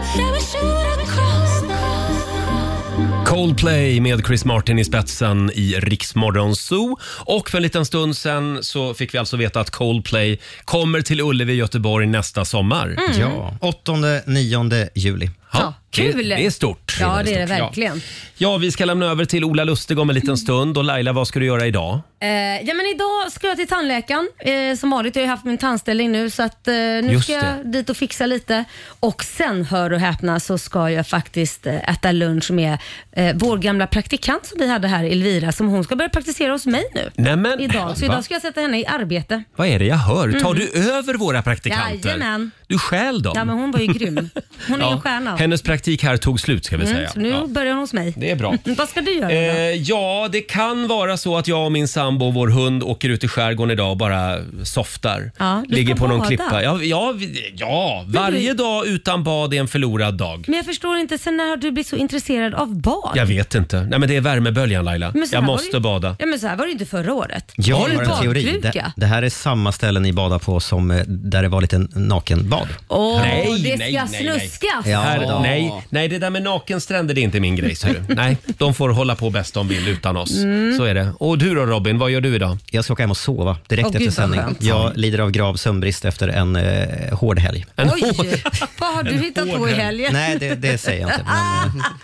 Coldplay med Chris Martin i spetsen i Riksmorgon Zoo. Och för en liten stund sen så fick vi alltså veta att Coldplay kommer till Ullevi, Göteborg nästa sommar.
Mm. Ja, 8-9 juli.
Ja,
Kul!
Det, det är stort.
Ja, det är det
väldigt stort. Ja.
verkligen.
Ja, vi ska lämna över till Ola Lustig om en liten stund. Och Laila, vad ska du göra idag?
Eh, ja, men idag ska jag till tandläkaren. Eh, som vanligt, jag har ju haft min tandställning nu så att, eh, nu
Just
ska jag
det.
dit och fixa lite. Och sen, hör och häpna, så ska jag faktiskt eh, äta lunch med eh, vår gamla praktikant som vi hade här, Elvira, som hon ska börja praktisera hos mig nu.
Nämen,
Idag. Så
va?
idag ska jag sätta henne i arbete.
Vad är det jag hör? Tar
Mm.
du över våra praktikanter?
Jajamän.
Du stjäl dem?
Ja, men hon var ju
[laughs]
grym. Hon är
Ja,
en stjärna.
Hennes praktik här tog slut ska vi
Mm,
säga.
så nu
Ja.
börjar hon hos mig. Mm,
Det är bra.
Vad ska du göra?
Eh,
idag?
ja, det kan vara så att jag och min sambo och vår hund åker ut i skärgården idag och bara softar.
Ja, du
Ligger
ska
på någon
bada.
klippa. Ja, ja, vi- ja varje dag utan bad är en förlorad dag.
Men jag förstår inte, sen när har du blivit så intresserad av bad?
Jag vet inte. Nej, men det är värmeböljan Laila.
Men så
Jag
här var
måste
det ju-
bada.
Ja, men så här var det ju inte förra året.
Jag har
du
en teori. Det,
badkruka?
det här är samma ställe ni badar på som eh, där det var lite nakenbad.
Åh, det ska snuskas!
Ja,
Här-
idag.
Nej, nej, det där med nakenstränder det är inte min grej. ser
[laughs]
du. Nej, de får hålla på bäst de vill utan oss.
Mm.
Så är det. Och du då Robin, vad gör du idag?
Jag ska åka hem och sova direkt
Åh,
efter
gud, vad
sändning.
skönt.
Jag lider av grav sömnbrist efter en eh, hård helg.
Oj, vad har du hittat på i helgen?
Nej, det, det säger jag inte.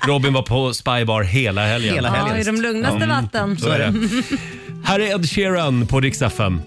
Robin var på Spybar hela helgen. mm,
Hela helgen. Ja, i de lugnaste vatten.
Så är det. Här är Ed Sheeran på Rix FM.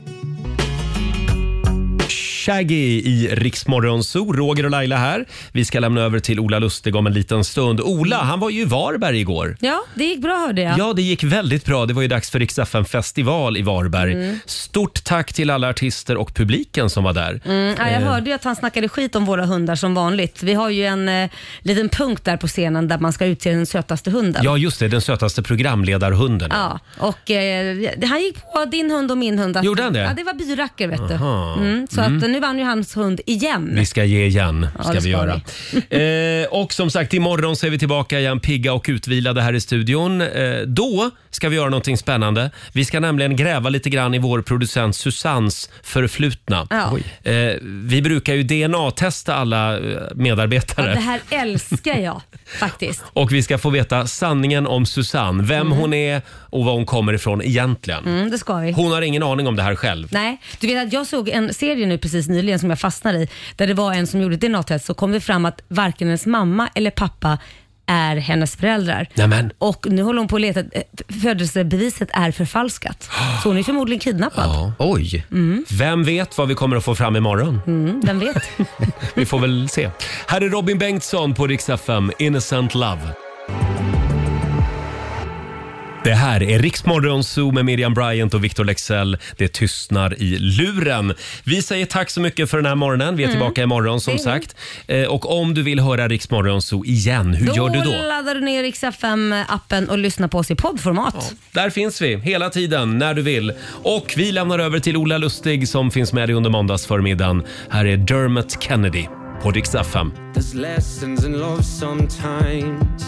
Shaggy i Rix Morgon Zoo. Roger och Laila här. Vi ska lämna över till Ola Lustig om en liten stund. Ola, han var ju i Varberg igår.
[laughs] Ja, det gick bra hörde jag.
Ja, det gick väldigt bra. Det var ju dags för Rix FM festival i Varberg.
Mm.
Stort tack till alla artister och publiken som var där.
Mm, ja, jag
Eh,
hörde ju att han snackade skit om våra hundar som vanligt. Vi har ju en eh, liten punkt där på scenen där man ska utse den sötaste hunden.
Ja, just det. Den sötaste programledarhunden.
Ja, och eh, han gick på din hund och min hund. Att-
Gjorde han det?
Ja, det var biracker vet du.
Aha.
Mm, så
Mm.
att eh, nu vann ju hans hund igen.
Vi ska ge igen.
Ja,
Ska
det
vi
ska
göra. [laughs] eh, och som sagt, imorgon så är vi tillbaka igen pigga och utvilade här i studion. Eh, då ska vi göra någonting spännande. Vi ska nämligen gräva lite grann i vår producent Susannes förflutna.
Ja.
Eh, vi brukar ju DNA-testa alla eh,
Ja,
medarbetare.
det här älskar jag [laughs] faktiskt.
Och vi ska få veta sanningen om Susanne. Vem
Mm.
hon är och var hon kommer ifrån egentligen.
Mm, det ska vi.
Hon har ingen aning om det här själv.
Nej, du vet att jag såg en serie nu precis nyligen som jag fastnade i där det var en som gjorde ett DNA-test så kom det fram att varken hennes mamma eller pappa är hennes föräldrar.
Nämen.
Och nu håller hon på att leta, eh, födelsebeviset är förfalskat. Så hon är förmodligen kidnappad.
Ja. Oj! Vem vet vad vi kommer att få fram imorgon?
Mm, vem vet?
Vi får väl se. Här är Robin Bengtsson på Rix FM, Innocent Love. Det här är Riksmorgon Zoo med Miriam Bryant och Victor Lexell. Det tystnar i luren. Vi säger tack så mycket för den här morgonen. Vi är
Mm.
tillbaka imorgon som
Det är vi.
sagt. Eh, Och om du vill höra Riksmorgon Zoo igen, hur gör du då?
laddar du ner Rix FM-appen och lyssnar på oss i poddformat.
Där finns vi hela tiden när du vill. Och vi lämnar över till Ola Lustig som finns med dig under måndagsförmiddagen. Här är Dermot Kennedy på Rix FM.
There's lessons in love sometimes.